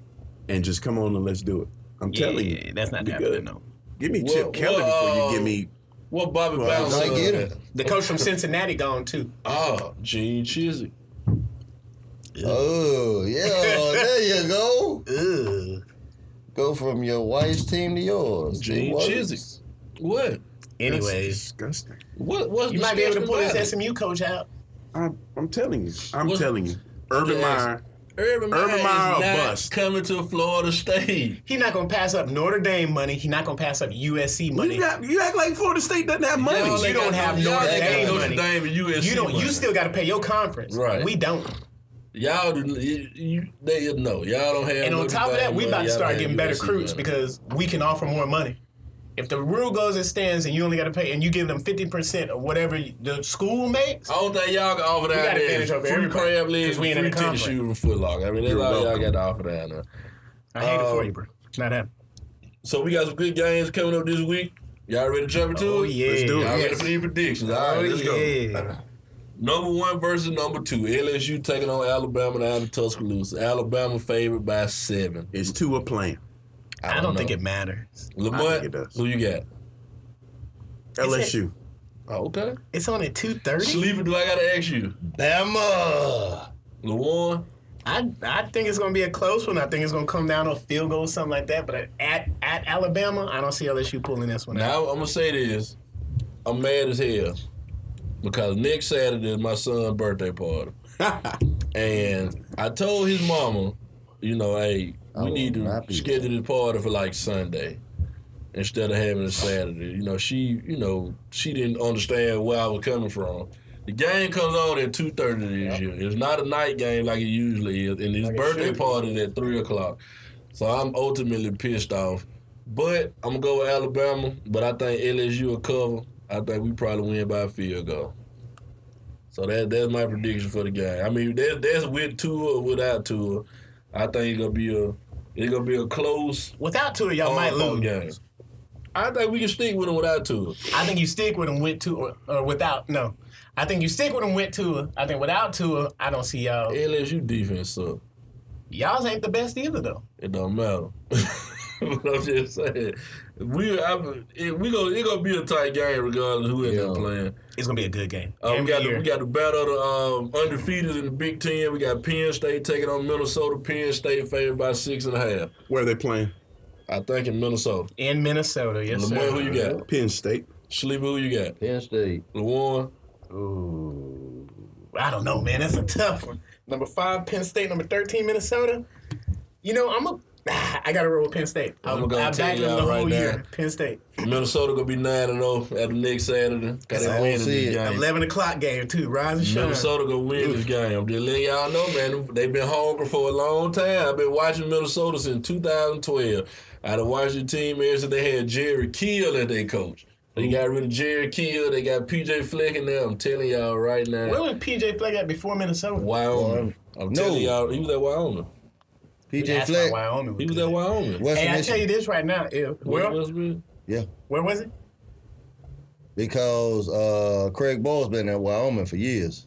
S2: and just come on and let's do it. I'm telling you.
S5: that's not
S2: Be
S5: happening.
S2: good.
S5: No.
S2: Give me
S3: Well,
S2: Chip Kelly
S3: well,
S2: before
S3: uh,
S2: you give me
S3: What Bobby
S2: Well,
S3: Bounce?
S4: I get
S3: uh,
S4: it.
S5: The coach from Cincinnati gone too.
S3: Oh, Gene Chizik.
S4: Oh, yeah, there you go. Go from your wife's team to yours.
S3: Gene
S4: What?
S3: Chizik. What?
S2: That's
S5: Anyways,
S2: disgusting.
S3: What? What's
S5: you might be able to
S3: disgusting
S5: pull
S3: about
S5: this
S3: it?
S5: SMU coach out.
S2: I'm, I'm telling you. I'm
S3: Well,
S2: telling you. Urban
S3: yes.
S2: Meyer.
S3: Urban Meyer,
S2: Urban Meyer
S3: is
S2: a
S3: not
S2: bust.
S3: coming to Florida State.
S5: He's not gonna pass up Notre Dame money. He's not gonna pass up USC money.
S2: You, got, you act like Florida State doesn't have money.
S3: Y'all ain't
S5: don't
S3: got
S5: have
S3: y'all
S5: Notre
S3: ain't got
S5: Dame
S3: Notre
S5: money.
S3: Dame and USC.
S5: You don't.
S3: money.
S5: You still got to pay your conference.
S3: Right.
S5: We don't.
S3: Y'all do. You, you, they no. Y'all don't have.
S5: And on
S3: Notre
S5: top of that,
S3: Dame
S5: we
S3: money.
S5: about to
S3: Y'all
S5: start
S3: have
S5: getting better
S3: USC
S5: recruits
S3: money.
S5: because we can offer more money. If the rule goes as stands and you only got to pay, and you give them fifty percent of whatever the school makes,
S3: I don't think y'all can offer down
S5: got
S3: there.
S5: advantage over
S3: free
S5: everybody,
S3: crab legs,
S5: 'cause we
S3: and
S5: ain't in
S3: free
S5: the
S3: tennis
S5: conference.
S3: shoes, and foot locker. I mean, that's
S2: You're
S3: all y'all
S2: welcome.
S3: got to offer down there.
S5: I hate it for
S3: Um,
S5: you, bro. Not happening.
S3: So we got some good games coming up this week. Y'all ready to jump into
S5: Oh,
S3: it?
S5: yeah.
S2: Let's do it.
S3: Y'all ready
S5: Yes.
S3: for your predictions? All
S5: Oh,
S3: right, let's go.
S5: yeah.
S3: Number one versus number two. LSU taking on Alabama down in Tuscaloosa. Alabama favored by seven.
S2: It's two a plan.
S5: I don't, think
S3: know.
S5: it matters.
S3: Lamont,
S2: it does.
S3: who you got? (laughs)
S2: LSU.
S3: Oh, okay.
S5: It's on at two thirty.
S3: Sleeper, do I gotta ask you?
S5: Bama.
S3: Lawan,
S5: I I think it's gonna be a close one. I think it's gonna come down to a field goal, something like that. But at at Alabama, I don't see LSU pulling this one out.
S3: now I'm gonna say this. I'm mad as hell. Because next Saturday is my son's birthday party. and I told his mama, you know, hey,
S4: I
S3: we
S4: will
S3: need to
S4: not be
S3: schedule this party for like Sunday instead of having it Saturday. You know, she, you know, she didn't understand where I was coming from. The game comes on at two thirty this year. It's not a night game like it usually is, and his
S4: Like it
S3: birthday
S4: should be.
S3: party is at three o'clock. So I'm ultimately pissed off. But I'm gonna go with Alabama. But I think LSU will cover. I think we probably win by a field goal. So that that's my prediction for the game. I mean, that, that's with Tua or without Tua. I think it's gonna be a it's gonna be a close.
S5: Without Tua, y'all might
S3: all-out
S5: lose.
S3: game. I think we can stick with him without Tua.
S5: I think you stick with him with Tua or without. No, I think you stick with him with Tua. I think without Tua, I don't see y'all.
S3: LSU defense suck.
S5: Y'all's ain't the best either though.
S3: It don't matter. (laughs) but I'm just saying, we I, it, we gonna it gonna be a tight game regardless of who ends up
S4: Yeah.
S3: playing.
S5: It's gonna be a good game.
S3: Uh, we
S5: Every
S3: got the,
S5: year.
S3: we got the battle of the um, undefeated in the Big Ten. We got Penn State taking on Minnesota. Penn State favored by six and a half.
S2: Where are they playing?
S3: I think in Minnesota.
S5: in Minnesota. Yes,
S3: Lamar,
S5: sir.
S3: who you got?
S2: Penn State.
S3: Sleeper, who you got?
S4: Penn State.
S3: Lewan.
S5: Ooh, I don't know, man. That's a tough one. Number five, Penn State. Number thirteen, Minnesota. You know, I'm a. (sighs) I gotta roll with Penn State.
S3: I'm
S5: I'm,
S3: gonna
S5: I
S3: tell
S5: backed them the
S3: y'all
S5: whole
S3: right now.
S5: year. Penn State.
S3: Minnesota gonna be nine and zero at the next Saturday. Got
S4: I
S3: that
S4: don't
S3: win in
S4: see
S3: this
S4: it.
S3: game.
S5: Eleven o'clock game too. Rise and shine.
S3: Minnesota gonna win this game. I'm just letting y'all know, man. They've been hungry for a long time. I've been watching Minnesota since 2012. I done watched the team ever since they had Jerry Keel as their coach. They got rid of Jerry Keel. They got PJ Fleck in there. I'm telling y'all right
S5: Where
S3: now,
S5: was PJ Fleck at before Minnesota?
S3: Wyoming. I'm telling y'all, he was at Wyoming.
S4: PJ
S5: That's why
S4: Fleck.
S5: Wyoming. was
S3: He was
S5: good.
S3: at Wyoming.
S4: Western
S5: Hey, I tell
S4: Michigan.
S5: you this right now. If, where,
S3: Westbrook?
S4: Yeah.
S5: where was it?
S4: Because uh, Craig Ball's been at Wyoming for years.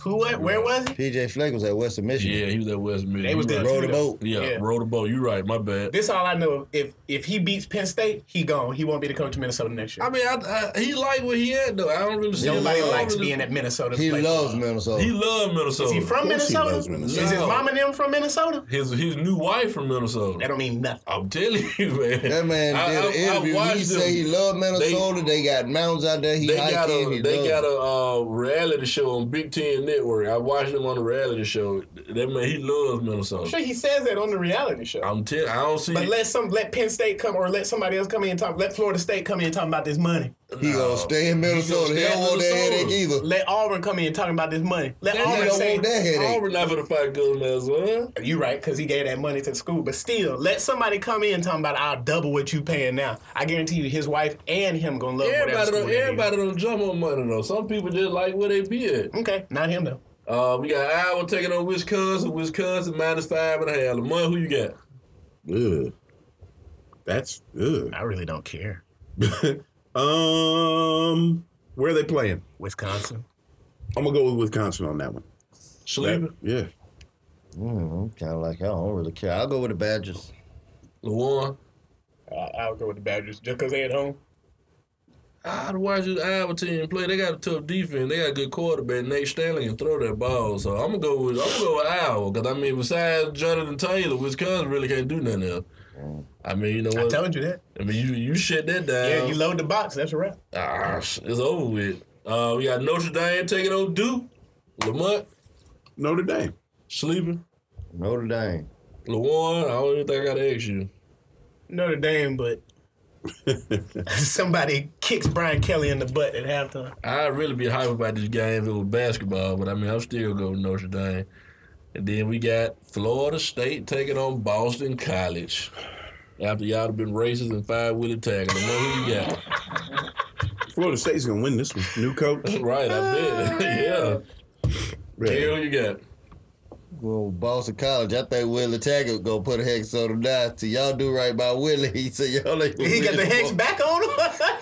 S5: Who? What? Where was it?
S4: PJ Fleck was at Western Michigan.
S3: Yeah, he was at West Michigan.
S5: They was
S3: You
S5: there
S3: right.
S4: Rode
S5: too,
S4: a
S5: though.
S4: boat.
S3: Yeah,
S5: Yeah.
S3: rode the boat. You right. My bad.
S5: This all I know. If if he beats Penn State, he gone. He won't be the coach of Minnesota next year.
S3: I mean, I, I, he like where he at though. I don't really see.
S5: Nobody
S3: I don't
S5: likes
S3: really-
S5: being at Minnesota. to
S4: He
S5: play
S4: loves
S5: football.
S4: Minnesota.
S3: He love Minnesota.
S5: Is he from
S2: course he
S5: Minnesota?
S2: loves Minnesota.
S5: Is his
S3: No.
S5: mom and them from Minnesota?
S3: His his new wife from Minnesota.
S5: That don't mean nothing.
S3: I'm telling you, (laughs) man.
S4: that man
S3: I-
S4: did
S3: I-
S4: an
S3: I
S4: interview.
S3: watched
S4: he
S3: them.
S4: said he loved Minnesota. They, got mountains out there. He
S3: They got
S4: hiking.
S3: a
S4: he
S3: they
S4: loves
S3: got
S4: it.
S3: a uh, reality show on Big Ten Network. I watched him on the reality show. That man, he loves
S5: I'm
S3: Minnesota.
S5: sure he says that on the reality show.
S3: I'm telling. I don't see.
S5: But let some let Penn State come or let somebody else come in and talk. Let Florida State come in and talk about this money.
S4: He gonna stay in Minnesota. He,
S3: stay in
S4: don't want that
S3: Minnesota.
S4: headache either.
S5: Let Auburn come in and talk about this money. Let
S3: That-
S5: Auburn
S4: He don't
S5: say
S4: want that headache.
S3: Auburn not for the fight good as well.
S5: you right because he gave that money to the school. But still, let somebody come in and talk about I'll double what you paying now. I guarantee you, his wife and him gonna love whatever
S3: Everybody,
S5: school
S3: don't,
S5: that is.
S3: everybody don't jump on money though. Some people just like where they be at.
S5: Okay, not him though.
S3: Uh, we got Iowa taking on Wisconsin. Wisconsin minus five and a half. Lamar, who you got?
S2: Ugh. That's good. (laughs)
S5: I really don't care.
S2: um, where are they playing?
S5: Wisconsin.
S2: I'm gonna go with Wisconsin on that one.
S3: Sleeper.
S2: Yeah.
S4: Mm, I'm kind of like, I don't really care. I'll go with the Badgers.
S3: Lewan.
S5: I, I'll go with the Badgers just because they at home.
S3: I'd watch this Iowa team play. They got a tough defense. They got a good quarterback. Nate Stanley can throw that ball. So I'm gonna go with I'm gonna go with Iowa because I mean, besides Jonathan Taylor, Wisconsin really can't do nothing else. I mean, you know
S5: I
S3: what? I,
S5: told you that.
S3: mean, you you shut that down.
S5: Yeah, you load the box. That's a wrap.
S3: ah, it's over with. Uh, we got Notre Dame taking on Duke. Lamont
S2: Notre Dame.
S3: sleeping.
S4: Notre Dame.
S3: Lawan, I don't even think I gotta ask you.
S5: Notre Dame, (laughs) but somebody kicks Brian Kelly in the butt at halftime.
S3: I'd really be hyped about this game if it was basketball, but I mean, I'm still going with Notre Dame. And then we got Florida State taking on Boston College. After y'all have been racist and fired Willie Taggart, I know who you got.
S2: Florida State's gonna win (laughs) this one. New coach.
S3: Right, I bet. yeah. Gary, who you got?
S4: Well, Boston College, I think Willie Taggart gonna put a hex on him now. So y'all do right by Willie. (laughs) He said y'all ain't
S5: He got the hex back on him.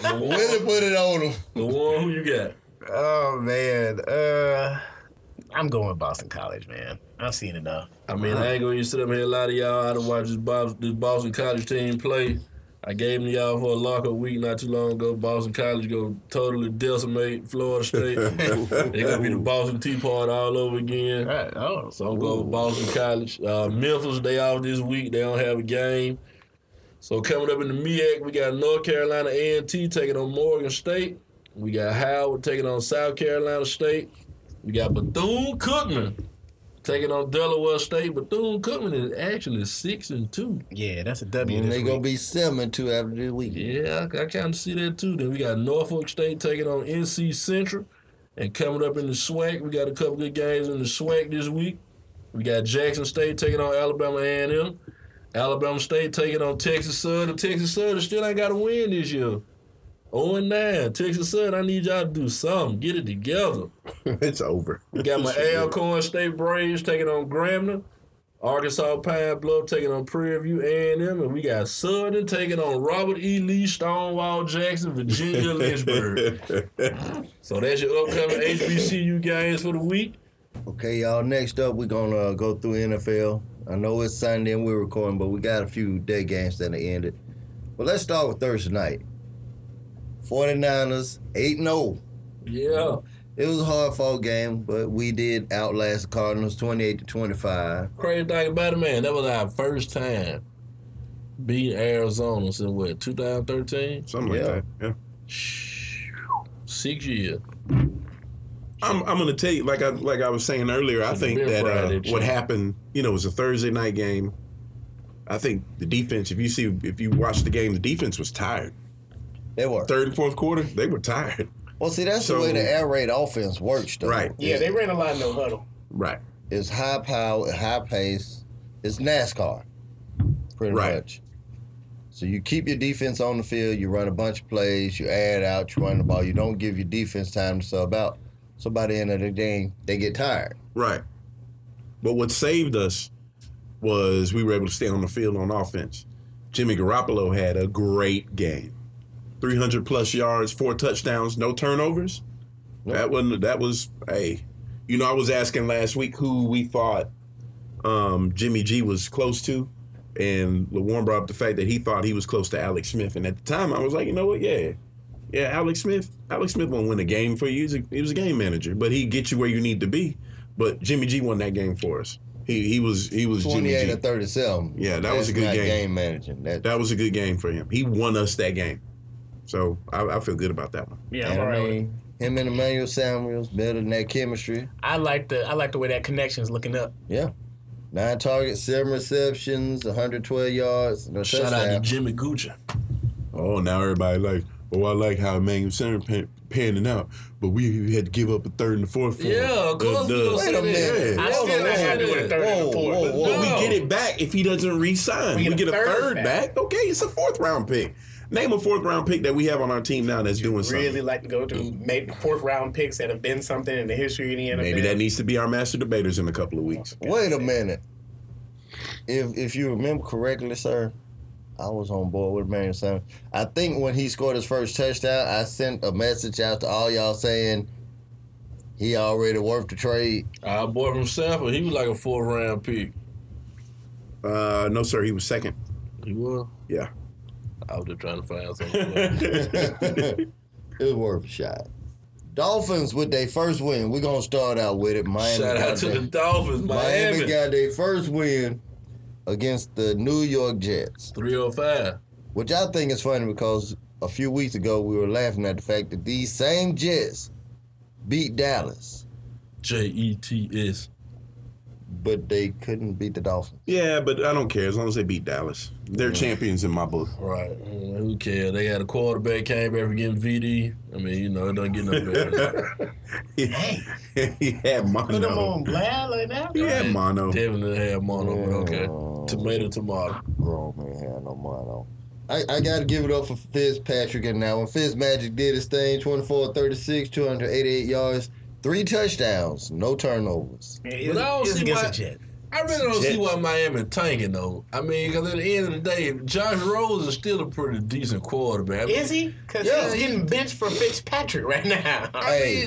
S3: The one,
S4: Willie put it on him.
S3: the one who you got?
S5: (laughs) oh man, uh, I'm going with Boston College, man. I've seen enough.
S3: I mean, I ain't gonna even sit up here and lie to y'all. I done watched this, Bob, this Boston College team play. I gave them to y'all for a lockup week not too long ago. Boston College go totally decimate Florida
S2: (laughs)
S3: State. (laughs) they gonna be the Boston Tea Party all over again.
S5: Right. Oh,
S3: So I'm going with Boston College. Uh, Memphis, they off this week. They don't have a game. So coming up in the MEAC, we got North Carolina A&T taking on Morgan State. We got Howard taking on South Carolina State. We got Bethune-Cookman taking on Delaware State. Bethune-Cookman is actually six and two.
S5: yeah, that's a W.
S4: And
S5: this
S4: they
S5: week.
S4: gonna be seven and two after this week.
S3: Yeah, I, I kind of see that too. Then we got Norfolk State taking on NC Central. And coming up in the SWAC, we got a couple good games in the SWAC this week. We got Jackson State taking on Alabama A&M. Alabama State taking on Texas Southern. Texas Southern still ain't got a win this year. 0-9. Texas Southern, I need y'all to do something. Get it together.
S2: it's over.
S3: (laughs) We got
S2: (laughs)
S3: my Alcorn State Braves taking on Grambling. Arkansas Pine Bluff taking on Prairie View A&M, and we got Southern taking on Robert E. Lee, Stonewall Jackson,
S2: (laughs)
S3: Virginia Lynchburg. so that's your upcoming HBCU games for the week.
S4: Okay, y'all. Next up, we're gonna uh, go through NFL. I know it's Sunday and we're recording, but we got a few day games that are ended. But let's start with Thursday night. 49ers 8 0.
S3: Yeah,
S4: oh. It was a hard fought game, but we did outlast the Cardinals 28 to 25.
S3: crazy thing about it, man. That was our first time beating Arizona since what 2013?
S2: Something
S4: Yeah.
S2: like that. Yeah.
S3: Six years.
S2: I'm, I'm gonna tell you, like I like I was saying earlier, I
S3: It's
S2: think
S3: been
S2: that
S3: Friday,
S2: uh,
S3: Jim.
S2: what happened, you know, it was a Thursday night game. I think the defense, if you see, if you watch the game, the defense was tired.
S4: They were.
S2: Third and fourth quarter, they were tired.
S4: Well, see, that's
S2: So-
S4: the way the air raid offense works, though.
S2: Right.
S5: yeah, they ran a lot in the huddle.
S2: (laughs) Right.
S4: It's high power, high pace. It's NASCAR, pretty
S2: Right.
S4: much. So you keep your defense on the field. You run a bunch of plays. You add out. You run the ball. You don't give your defense time to sub out. So by the end of the game, they get tired.
S2: Right. But what saved us was we were able to stay on the field on offense. Jimmy Garoppolo had a great game. 300 plus yards, four touchdowns, no turnovers.
S4: Nope.
S2: That wasn't that was hey, you know I was asking last week who we thought um, Jimmy G was close to and LaWarren brought up the fact that he thought he was close to Alex Smith and at the time I was like, you know what? Yeah. Yeah, Alex Smith. Alex Smith won't win a game for you. He's a, he was a game manager, but he get you where you need to be. But Jimmy G won that game for us. He he was he was Jimmy
S4: Twenty-eight
S2: G.
S4: to thirty-seven.
S2: Yeah, that was
S4: That's
S2: a good
S4: not
S2: game.
S4: Game managing. That,
S2: That was a good game for him. He won us that game. So I, I feel good about that one.
S4: and
S5: Yeah, I'm all
S4: I
S5: right. with it.
S4: mean, him and Emmanuel Samuels better than that chemistry.
S5: I like the I like the way that connection's looking up.
S4: Yeah. Nine targets, seven receptions, 112 yards. No
S3: Shout out to
S4: touchdown.
S3: Jimmy Gucci.
S2: Oh, now everybody like, oh, I like how Emmanuel Center pan, panning out, but we had to give up a third and fourth. For him.
S3: Yeah, of course we
S2: Duh, duh.
S3: gonna say
S4: Wait a minute.
S3: that.
S5: I
S4: Whoa,
S5: still
S4: whoa,
S5: not happy
S3: whoa.
S5: with a third and a
S4: Whoa,
S5: fourth.
S4: whoa,
S2: But
S4: whoa.
S2: we get it back if he doesn't re-sign. We get, a third back. Okay, it's a fourth round pick. Name a fourth round pick that we have on our team now that's doing something. Mm.
S5: Really like to go to make fourth round picks that have been something in the history of the NFL.
S2: Maybe that needs to be our master debaters in a couple of weeks.
S4: Wait a minute. If if you remember correctly, sir, I was on board with Emmanuel Samuels. I think when he scored his first touchdown, I sent a message out to all y'all saying he already worth the trade. (laughs)
S3: Our boy from Sanford, he was like a four round pick.
S2: Uh, no, sir, he was second.
S3: He was.
S2: Yeah.
S3: I was just trying to find something.
S4: it was worth a shot. Dolphins with their first win. We're gonna start out with it. Miami
S3: Shout
S4: got
S3: out to
S4: their-
S3: the Dolphins,
S4: Miami,
S3: Miami.
S4: got their first win against the New York Jets,
S3: 305.
S4: which I think is funny because a few weeks ago we were laughing at the fact that these same Jets beat Dallas,
S3: J E T S.
S4: but they couldn't beat the Dolphins.
S2: Yeah, but I don't care as long as they beat Dallas. They're champions in my book. (laughs)
S3: Right. Mm, Who cares? They had a quarterback came back from getting VD. I mean, you know, it doesn't get no better.
S2: (laughs) he had
S5: Put them on
S2: mono.
S5: blast like that.
S2: He had mono.
S3: Definitely had mono, but okay.
S4: Yeah.
S3: Tomato, tomato.
S4: Grown man had no mono. I, I gotta give it up for Fitzpatrick and now when Fitzmagic did his thing, 24 36, 288 yards, Three touchdowns, no turnovers.
S5: It-
S3: But I don't
S5: it's
S3: see
S5: against
S3: why-
S5: the Jets.
S3: I really don't see
S5: Jets.
S3: why Miami tanking though. I mean, because at the end of the day, Josh Rose is still a pretty decent quarterback. I mean,
S5: Is he? Because
S4: Yeah.
S5: he's getting benched for Fitzpatrick right (laughs) now.
S4: Hey,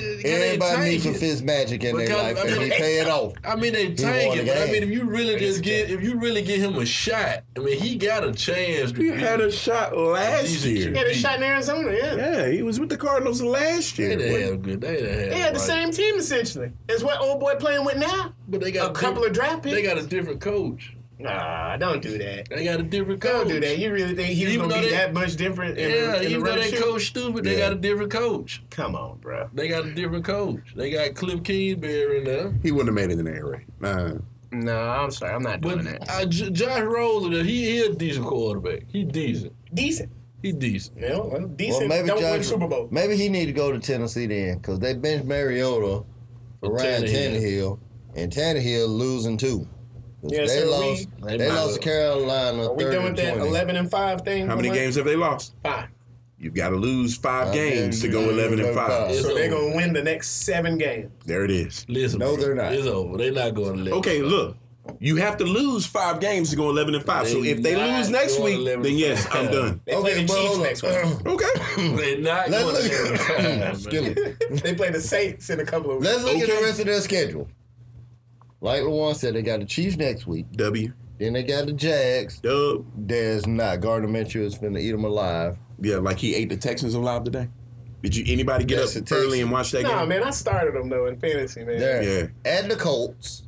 S3: mean, can they
S4: everybody needs some
S3: tank it?
S4: Fitz magic in their
S3: Because,
S4: life,
S3: I
S4: and
S3: mean,
S4: he pay it off.
S3: I mean, they
S4: won
S3: tanking,
S4: the
S3: but I
S4: game.
S3: mean, if you really just
S5: Crazy
S3: get, if you really get him a shot, I mean, he got a chance. To
S2: He
S3: be-
S2: had a shot last
S3: Easy.
S5: He
S2: year.
S5: had a shot in Arizona, yeah.
S2: Yeah, he was with the Cardinals last
S3: They
S2: year.
S3: done
S2: boy.
S3: have good. They done have
S5: They had the
S3: like-
S5: same team essentially. It's what old boy playing with now.
S3: but they got
S5: A couple of
S3: different-
S5: draft picks.
S3: They got a different coach.
S5: Nah, don't do that.
S3: They got a different coach.
S5: Don't do that. You really think he's
S3: Even
S5: gonna
S3: though
S5: be
S3: they-
S5: that much different? In
S3: Yeah,
S5: the, in
S3: you know
S5: the
S3: that
S5: running shoot?
S3: coach stupid. They
S4: Yeah.
S3: got a different coach.
S5: Come on, bro.
S3: They got a different coach. They got Cliff Kingsbury in there.
S2: He wouldn't have made it in the air raid. Nah.
S5: No, I'm sorry. I'm not doing
S3: But
S5: that.
S3: uh, J- Josh Rose, he, he a decent quarterback. He decent.
S5: Decent.
S3: He decent.
S5: You know, well,
S4: Well,
S5: decent.
S4: maybe
S5: don't win
S4: Josh,
S5: Super Bowl.
S4: maybe he need to go to Tennessee then, because they benched Mariota for Ryan
S3: Tannehill.
S4: Tannehill, and Tannehill losing too. 'Cause
S5: Yeah,
S4: they
S5: so we-
S4: lost.
S3: They
S4: They,
S3: might-
S4: lost to Carolina.
S5: Are we done with that
S4: 30-20.
S5: 11 and 5 thing?
S2: How many
S5: Lamar?
S2: games have they lost?
S5: Five.
S2: You've got to lose five
S4: Five
S2: games
S4: games
S2: to
S4: to
S2: go
S4: lose
S2: 11 and
S4: those
S2: 5.
S4: five.
S5: So
S3: It's
S5: they're
S3: over.
S5: going to win the next
S4: (laughs)
S5: seven games.
S2: There it is.
S3: Listen,
S4: No,
S3: bro,
S4: they're not.
S3: It's over. They're not going to let.
S2: Okay, look. You have to lose five games to go 11 and 5. So
S3: They
S2: if they
S3: not
S2: lose next
S3: going
S2: week,
S3: 11
S2: then
S3: and
S2: yes,
S3: five.
S2: I'm done.
S5: They play the
S4: but
S5: Chiefs
S4: hold on. (laughs)
S5: next week.
S2: Okay.
S3: (laughs) They're not
S4: Let's
S3: going to
S4: (laughs) look at
S3: let.
S4: excuse me.
S5: they play the Saints in a couple of weeks.
S4: Let's look at
S2: Okay.
S4: the rest of their schedule. Like Lawan said, they got the Chiefs next week.
S2: W.
S4: Then they got the Jags.
S2: Dub.
S4: There's not. Gardner Minshew is finna eat them alive.
S2: Yeah, like he ate the Texans alive today. Did you anybody get
S4: Yes,
S2: up
S4: the
S2: early
S4: Texans.
S2: and watch that
S5: Nah,
S2: game?
S5: man, I started them though in fantasy, man.
S4: There.
S2: Yeah.
S4: At the Colts.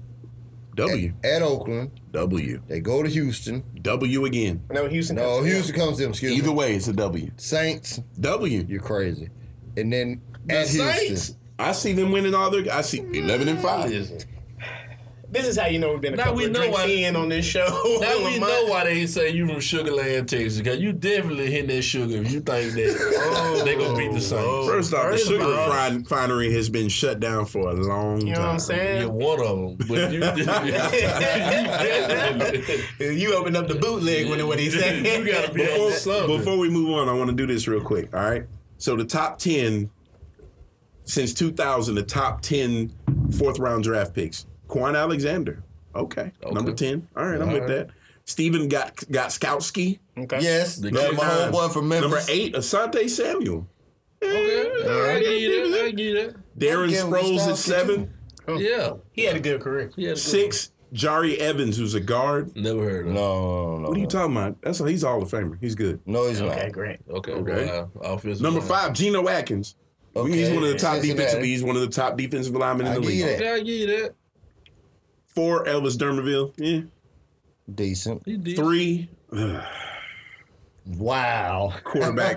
S2: W.
S4: At Oakland.
S2: W.
S4: They go to Houston.
S2: W again.
S5: No, Houston.
S4: No,
S5: comes to
S4: Houston comes to them. Excuse
S2: Either
S4: me.
S2: way, it's a W.
S4: Saints.
S2: W.
S4: You're crazy. And then
S3: The
S4: at
S3: Saints.
S4: Houston.
S2: I see them winning all their. I see eleven and five.
S3: Listen,
S5: This is how you know we've been a
S3: Now
S5: couple
S3: we
S5: of
S3: know
S5: drinks
S3: why-
S5: in on this show.
S3: (laughs) Now we
S5: Lamar.
S3: know why they say you from Sugar Land, Texas, because you definitely hitting that sugar if you think that oh, they gonna beat the Saints.
S2: First off, the
S5: First
S2: sugar
S5: off.
S2: refinery refinery has been shut down for a long time.
S5: You know what I'm
S3: yeah,
S5: saying?
S3: one of
S2: (laughs)
S3: them. But you, you
S5: (laughs)
S3: definitely-
S5: You opened up the bootleg when what he said.
S3: (laughs) You gotta be on something.
S2: Before we move on, I want to do this real quick. All right. So the top ten since 2000, the top 10 fourth round draft picks. Quan Alexander. Okay.
S3: Okay.
S2: Number 10. All right, I'm
S3: All
S2: with
S3: right.
S2: that. Steven got got Skowski.
S5: Okay.
S4: Yes.
S3: The
S4: That's my
S3: Cleveland.
S4: homeboy from
S2: Number
S4: Memphis.
S2: eight, Asante Samuel.
S3: okay, all right, I get it. I get it.
S2: Darren
S4: Okay, we
S2: Sproles
S4: Skowski
S2: at seven.
S4: too.
S3: Yeah.
S5: He had a good career.
S3: yeah that's good.
S2: Oh. Six, Jari Evans, who's a guard.
S3: Never heard of. him.
S4: No, no, no.
S2: What are
S4: no.
S2: you
S3: Uh,
S2: talking about? That's he's all of famer. He's good.
S4: No, he's
S5: Okay,
S4: not.
S5: great.
S3: Okay.
S2: Okay.
S3: Wow. Offensive
S2: Number
S3: line.
S2: five, Geno Atkins. He's
S4: Okay,
S2: one of the top
S4: Cincinnati.
S2: defensive. He's one of the top defensive linemen in
S4: I
S2: the
S4: give
S2: league.
S4: you that.
S3: Yeah, I get it.
S2: Four, Elvis Dermerville. Yeah.
S4: Decent.
S3: He did.
S2: Three,
S4: Wow.
S2: quarterback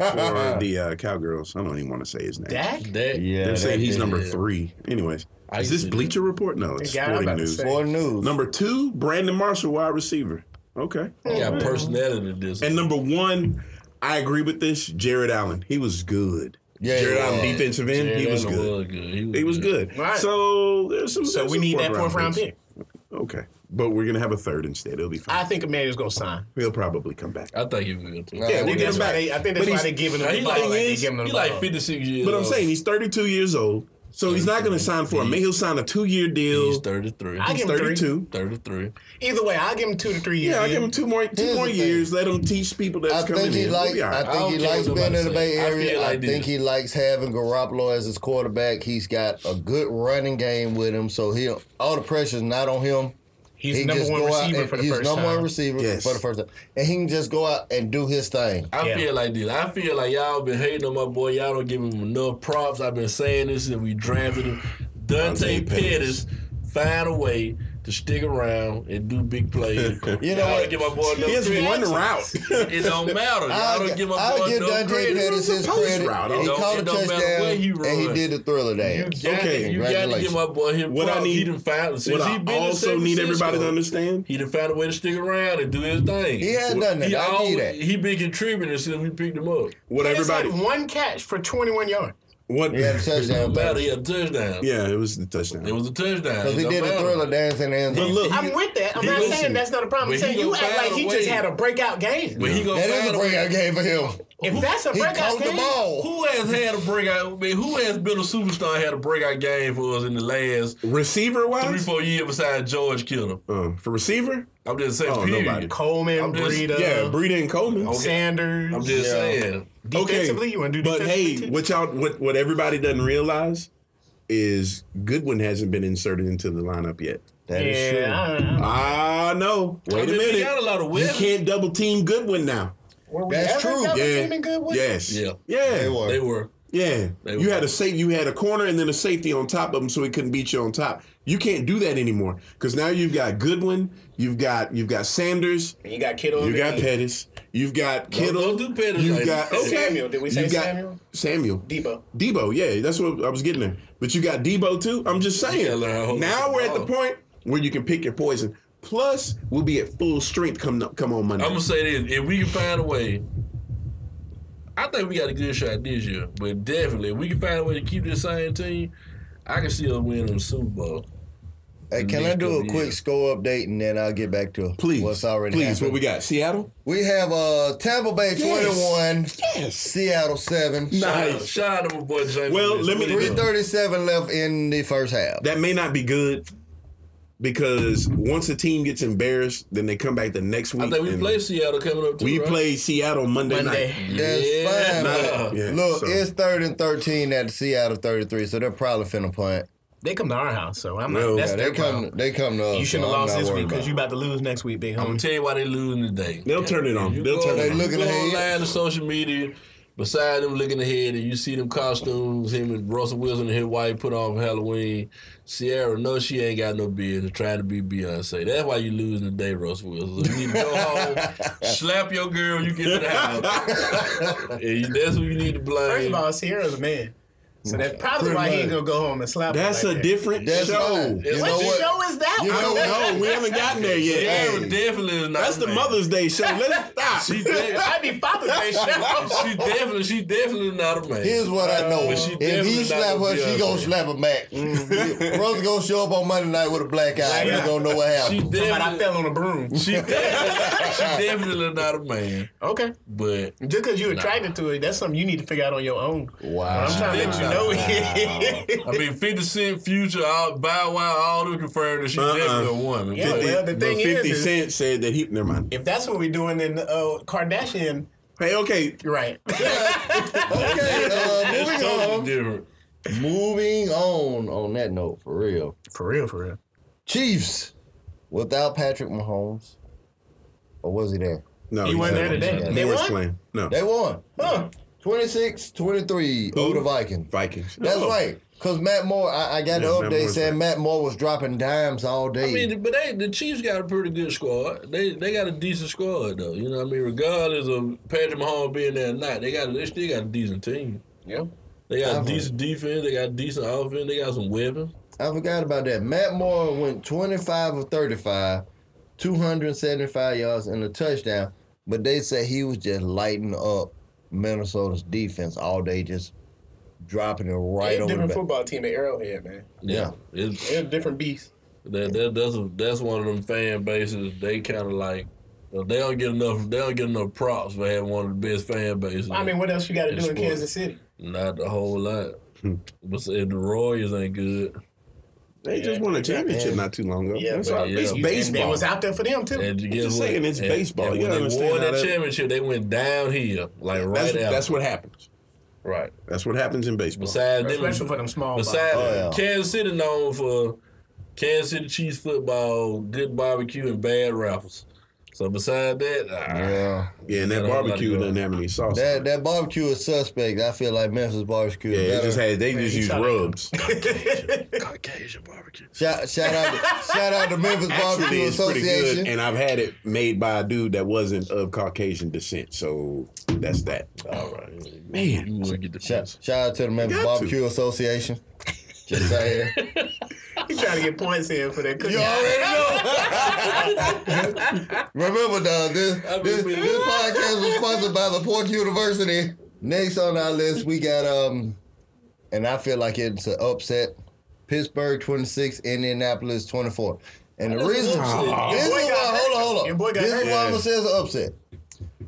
S4: (laughs)
S2: for the uh, Cowgirls. I don't even want to say his name.
S5: Dak?
S3: That.
S4: Yeah.
S2: They're
S4: that
S2: saying he's
S4: is-
S2: number
S3: yeah.
S2: three. Anyways,
S3: I
S2: is this
S3: see that.
S2: Bleacher Report? No, it's
S5: Yeah, I'm
S2: Sporting
S5: about to
S2: News.
S5: say.
S4: More news.
S2: Number two, Brandon Marshall, wide receiver. Okay.
S3: He got personality. This.
S2: And number one, I agree with this. Jared Allen. He was good.
S4: Yeah,
S2: Jared
S4: yeah.
S2: Allen, defensive end.
S3: Yeah,
S2: he
S3: that
S2: was good.
S3: Was good. He was
S2: He was good.
S5: Right.
S2: So there's some.
S5: So
S2: there's
S5: we
S2: some
S5: need that fourth round
S2: picks.
S5: pick.
S2: Okay, but we're gonna have a third instead. It'll be fine.
S5: I think Emmanuel's gonna sign.
S2: He'll probably come back.
S3: I think he was good too.
S4: Nah,
S2: Yeah,
S5: I
S2: we'll
S5: think
S2: get him
S5: that's why
S2: back.
S5: they. I think
S2: But
S5: that's
S2: he's-
S5: why they giving him
S3: Now,
S5: the
S3: he
S5: ball.
S3: like,
S5: Like they
S3: is-
S5: giving him
S3: he
S5: the
S3: like
S5: ball.
S3: 56 years
S2: But I'm
S3: old.
S2: saying he's 32 years old, so he's not going to sign for a man. He'll sign a two-year
S3: he's
S2: deal.
S3: 33.
S5: I
S2: He's
S5: give him three.
S2: 32.
S3: 33.
S5: Either way, I'll give him two to three years.
S2: Yeah, I give him two more two
S4: Here's
S2: more
S4: the
S2: years. Let him teach people that's
S4: I
S2: coming
S4: think he
S2: in.
S4: likes.
S2: We'll be all
S4: I
S2: right.
S3: I don't
S4: think he
S3: care
S4: likes
S3: what
S4: being in the
S3: nobody
S4: Bay
S3: say. I
S4: Area.
S3: feel
S4: I,
S3: like this.
S4: think he likes having Garoppolo as his quarterback. He's got a good running game with him, so he all the pressure's not on him.
S5: He's
S4: he
S5: number
S4: just
S5: one
S4: go out
S5: receiver
S4: and-
S5: for the
S4: he's
S5: first
S4: number
S5: time.
S4: one receiver
S2: Yes.
S4: for the first time, and he can just go out and do his thing.
S3: I
S5: Yeah.
S3: feel like this. I feel like y'all been hating on my boy. Y'all don't give him enough props. I've been saying this since we drafted him. Dante
S2: Dante Pettis.
S3: Pettis, find a way to stick around and do big plays.
S4: You know
S3: Y'all
S4: what?
S3: don't Give my boy no
S2: He has
S3: credit.
S2: one route.
S3: It don't matter. Y'all
S4: I'll,
S3: don't give my
S4: I'll
S3: boy
S4: give
S3: no
S4: Dante
S3: credit.
S4: Pettis his
S2: post
S4: credit.
S2: route.
S4: He
S3: It
S4: caught a
S3: don't- it don't matter
S4: touchdown,
S3: where he
S4: and he
S3: run.
S4: did the thriller
S3: You
S4: dance.
S3: got
S2: Okay,
S3: to, you got to give
S4: congratulations.
S3: my boy his
S2: What I
S3: props. He
S2: need-
S3: done found since
S2: what
S3: he
S2: I
S3: been in
S2: also
S3: San
S2: need
S3: Francisco,
S2: everybody to understand,
S3: He done found a way to stick around and do his thing.
S4: He had done that.
S3: He
S4: I give you
S3: always,
S4: that.
S3: he been contributing since we picked him up.
S2: what
S5: Pettis had
S2: everybody,
S5: one catch for twenty one yards.
S2: what,
S4: He had a
S3: No
S4: touchdown,
S3: matter,
S4: because
S3: he had a touchdown.
S2: (laughs) yeah, it was the
S3: It
S2: touchdown.
S3: was a touchdown. It
S4: he
S3: don't
S4: did the
S3: matter.
S4: thriller dance in the end
S2: But
S4: (laughs) zone.
S2: look,
S5: I'm with that. I'm
S3: he
S5: not
S3: listen,
S5: saying that's not a problem.
S3: but
S5: I'm
S3: he
S5: saying
S3: gonna
S5: you act
S3: find
S5: like
S3: a
S5: he
S3: way.
S5: just had a breakout game.
S3: But he gonna
S4: That
S3: find
S4: is a
S3: way.
S4: breakout game Oh. for him.
S5: If that's a
S4: He
S5: breakout
S4: caught the
S5: game,
S4: ball.
S3: Who has had a breakout? I mean, who has been a superstar and had a breakout game for us in the last
S2: Receiver
S3: three,
S2: wise,
S3: four years besides George Kittle?
S2: uh, for receiver,
S3: I'm just saying,
S2: Oh,
S3: period.
S2: nobody.
S5: Coleman,
S3: I'm just-
S5: Breida,
S2: yeah, Breida and Coleman.
S5: Sanders.
S3: I'm just saying.
S5: defensively, you want to do
S2: But
S5: defensively
S2: hey,
S5: too?
S2: what y'all what what everybody doesn't realize is Goodwin hasn't been inserted into the lineup yet.
S4: That is true. Uh,
S5: yeah, I don't know.
S2: Ah no. Wait a
S3: I mean,
S2: minute.
S3: We got a lot of
S2: You
S3: wins.
S2: can't double team Goodwin now.
S5: Were we
S4: That's
S5: ever
S4: true.
S5: double
S2: Yeah.
S5: teaming Goodwin?
S2: Yes.
S3: Yeah.
S4: They
S2: Yeah.
S4: were.
S3: They were.
S2: Yeah.
S3: They
S2: You
S3: were.
S2: had a safe you had a corner and then a safety on top of him so he couldn't beat you on top. You can't do that anymore. Because now you've got Goodwin, you've got you've got Sanders,
S5: And you got Kittle.
S2: you
S5: and
S2: got
S5: Debo.
S2: Pettis, you've got Kittle,
S3: don't do Pettis
S2: you've
S3: like
S2: got
S3: that.
S2: okay.
S5: Samuel. Did we say
S2: You've got-
S5: Samuel?
S2: Samuel.
S5: Debo.
S2: Debo, yeah, that's what I was getting at. But you got Debo too. I'm just
S3: Yeah,
S2: saying.
S3: learn how to hold Oh.
S2: now
S3: the
S2: we're at the
S3: ball.
S2: point where you can pick your poison. Plus, we'll be at full strength come come on Monday.
S3: I'm gonna say this: if we can find a way, I think we got a good shot this year. But definitely, if we can find a way to keep this same team, I can see us winning the Super Bowl.
S4: Hey, can I
S3: Next
S4: do
S3: couple
S4: a quick
S3: years.
S4: score update and then I'll get back to
S2: please,
S4: what's already
S2: please,
S4: happened?
S2: what we got? Seattle.
S4: we have uh, Tampa Bay
S2: Yes.
S4: 21,
S2: Yes.
S4: Seattle 7.
S2: Nice.
S3: Shout out to my boy James.
S2: Well,
S3: Winston.
S2: let me-
S3: What he done?
S4: 337 left in the first half.
S2: That may not be good because once a team gets embarrassed, then they come back the next week.
S3: I think we
S2: and
S3: play Seattle coming up. Too,
S2: we
S3: right?
S2: play Seattle Monday,
S5: Monday.
S2: night.
S4: That's fine,
S3: nah.
S4: but
S2: Yeah,
S4: Look,
S2: so-
S4: it's third and 13 at Seattle 33, so they're probably finna punt.
S5: They come to our house, so I'm
S2: No.
S5: not. That's
S4: Yeah,
S5: their
S4: they come,
S5: problem.
S4: they come to us.
S5: You shouldn't
S4: so I'm
S5: have lost
S4: not
S5: this
S4: worried
S5: week because you
S4: about
S5: about to lose next week, big
S3: I'm gonna
S5: homie.
S3: tell you why they losing today.
S2: They'll turn it on.
S3: You
S2: They'll
S3: go-
S2: turn
S4: They
S2: it on.
S4: looking
S3: you go
S4: ahead.
S3: online to social media. Beside them looking ahead, and you see them costumes him and Russell Wilson and his wife put on for Halloween. Sierra, no, she ain't got no business trying to be Beyonce. That's why you losing today, Russell Wilson. So you need to
S2: (laughs)
S3: go home, slap your girl, when you get to the (laughs) house. and you- that's who you need to blame.
S5: First of all, Sierra's a man, so that's probably
S4: Pretty
S5: why he
S4: much.
S5: ain't gonna go home and slap. her
S2: That's
S5: like
S2: a
S5: that.
S2: different
S4: That's
S2: show.
S4: fine. You
S5: What
S4: know what?
S5: show is that?
S4: You
S2: I
S4: know
S5: (laughs)
S2: don't know. We haven't gotten there yet.
S3: Sierra
S4: Hey.
S3: definitely is not.
S2: That's the
S3: man.
S2: Mother's Day show. Let's stop.
S3: She,
S5: (laughs)
S3: de-
S5: That'd be Father's
S4: (laughs)
S5: Day show.
S3: she definitely, she definitely not a man.
S4: Here's what I know.
S3: But she
S4: if
S3: definitely
S4: he
S3: not
S4: slap
S3: gonna
S4: her,
S3: be
S4: she
S3: us,
S4: gonna
S3: man.
S4: slap him back. (laughs) Brother gonna show up on Monday night with a black eye.
S5: Mm-hmm. Black
S4: You
S5: eye.
S4: gonna know what
S3: she
S5: (laughs)
S4: happened.
S3: definitely,
S5: But I fell on a
S2: (laughs)
S5: broom.
S3: She (laughs) definitely, she definitely not a man,
S5: Okay.
S3: but
S5: Just because you're attracted to it, that's something you need to figure out on your own.
S4: Wow.
S5: But I'm trying to let you know it.
S3: I mean, Fifty Cent, Future, all, Bow Wow, all them confirmed that she's
S2: Uh-uh.
S3: definitely a woman.
S5: Yeah.
S3: But-
S5: Well, the
S2: but
S5: thing is,
S2: 50
S5: is-
S2: Cent said that he. Never mind.
S5: (laughs) if that's what we're doing, then uh, Kardashian,
S2: Hey, okay.
S5: you're right. (laughs)
S4: Okay, uh,
S3: It's
S4: moving
S3: totally
S4: on.
S3: different.
S4: Moving on. On that note, for real,
S5: for real, for real.
S4: Chiefs without Patrick Mahomes, or was he there?
S2: No,
S5: He wasn't
S2: said-
S5: there today.
S2: Yeah.
S5: They
S2: Morris
S5: won?
S2: playing. No.
S4: They won
S5: Huh.
S4: 26-23 over the Vikings.
S2: Vikings.
S4: That's
S2: No.
S4: right. Cause Matt Moore, I, I got
S2: Yeah,
S4: the
S2: Matt
S4: update
S2: Moore's
S4: saying Matt Moore was dropping dimes all day.
S3: I mean, but they the Chiefs got a pretty good squad. They they got a decent squad though. You know what I mean? Regardless of Patrick Mahomes being there or not, they got they still got a decent team.
S5: Yeah.
S3: They got a
S4: Definitely.
S3: decent defense. They got a decent offense. They got some weapons.
S4: I forgot about that. Matt Moore went 25 of 35, 275 yards and a touchdown, but they say he was just lighting up Minnesota's defense all day, just dropping it right
S5: They're
S4: over
S5: a
S4: the
S5: different
S4: back.
S5: football team than Arrowhead, man.
S4: Yeah.
S3: It's-
S5: They're a different beast.
S3: That, that that's a, that's one of them fan bases. They kind of like uh, they don't get enough. They don't get enough props for having one of the best fan bases.
S5: I mean, what else you got to
S3: It's
S5: do in
S3: sport.
S5: Kansas City?
S3: not the whole lot.
S2: Hmm.
S3: but if the Royals ain't good,
S2: They just
S5: Yeah.
S2: won a championship
S4: Yeah.
S2: not too long ago.
S5: Yeah,
S2: That's
S3: but
S2: all.
S3: yeah.
S2: It's
S3: You- and
S5: And they
S2: baseball.
S5: was out there for them, too.
S3: and you guess
S2: just
S3: what?
S2: saying, it's
S3: And-
S2: baseball.
S3: and
S2: You
S3: when
S2: gotta
S3: they won
S2: understand how
S3: that
S2: that-
S3: championship, they went downhill like right
S2: that's,
S3: after.
S2: that's what happens.
S3: right.
S2: That's what happens in baseball.
S3: Besides them,
S5: Especially for them small
S3: besides
S4: Oh, yeah.
S3: Kansas City known for Kansas City Chiefs football, good barbecue, and bad raffles. So beside that, ah,
S4: Yeah.
S2: yeah, and that
S3: Yeah, don't let it
S2: barbecue
S3: go.
S2: doesn't have any sauce. on
S4: That
S2: it.
S4: that barbecue is suspect. I feel like Memphis barbecue.
S2: yeah,
S4: is
S2: it
S4: better.
S2: just had they just
S5: he
S2: use
S5: tried to-
S2: rubs.
S3: Caucasian barbecue.
S4: shout, shout out to, shout out to Memphis
S2: (laughs) Actually,
S4: Barbecue
S2: it's pretty good,
S4: Association.
S2: and I've had it made by a dude that wasn't of Caucasian descent. So that's that.
S3: All right,
S2: Man.
S3: you want to get the
S4: Shout, shout out to the Memphis
S2: got to.
S4: Barbecue Association. Just saying.
S5: (laughs) He's trying to get points in for that cookie.
S4: You already
S5: (laughs)
S4: know. Remember, dog, this,
S3: I
S4: this,
S3: mean-
S4: this podcast was sponsored by the Pork University. Next on our list, we got, um, and I feel like it's an upset Pittsburgh 26, Indianapolis 24. And the reason,
S3: upset.
S4: this
S5: Your
S4: is
S5: boy got
S4: why,
S5: hurt.
S4: hold on,
S5: Your
S4: hold
S5: boy
S4: on.
S5: got
S4: This is
S5: hurt.
S4: why I'm
S2: Yeah.
S4: going to say it's an upset.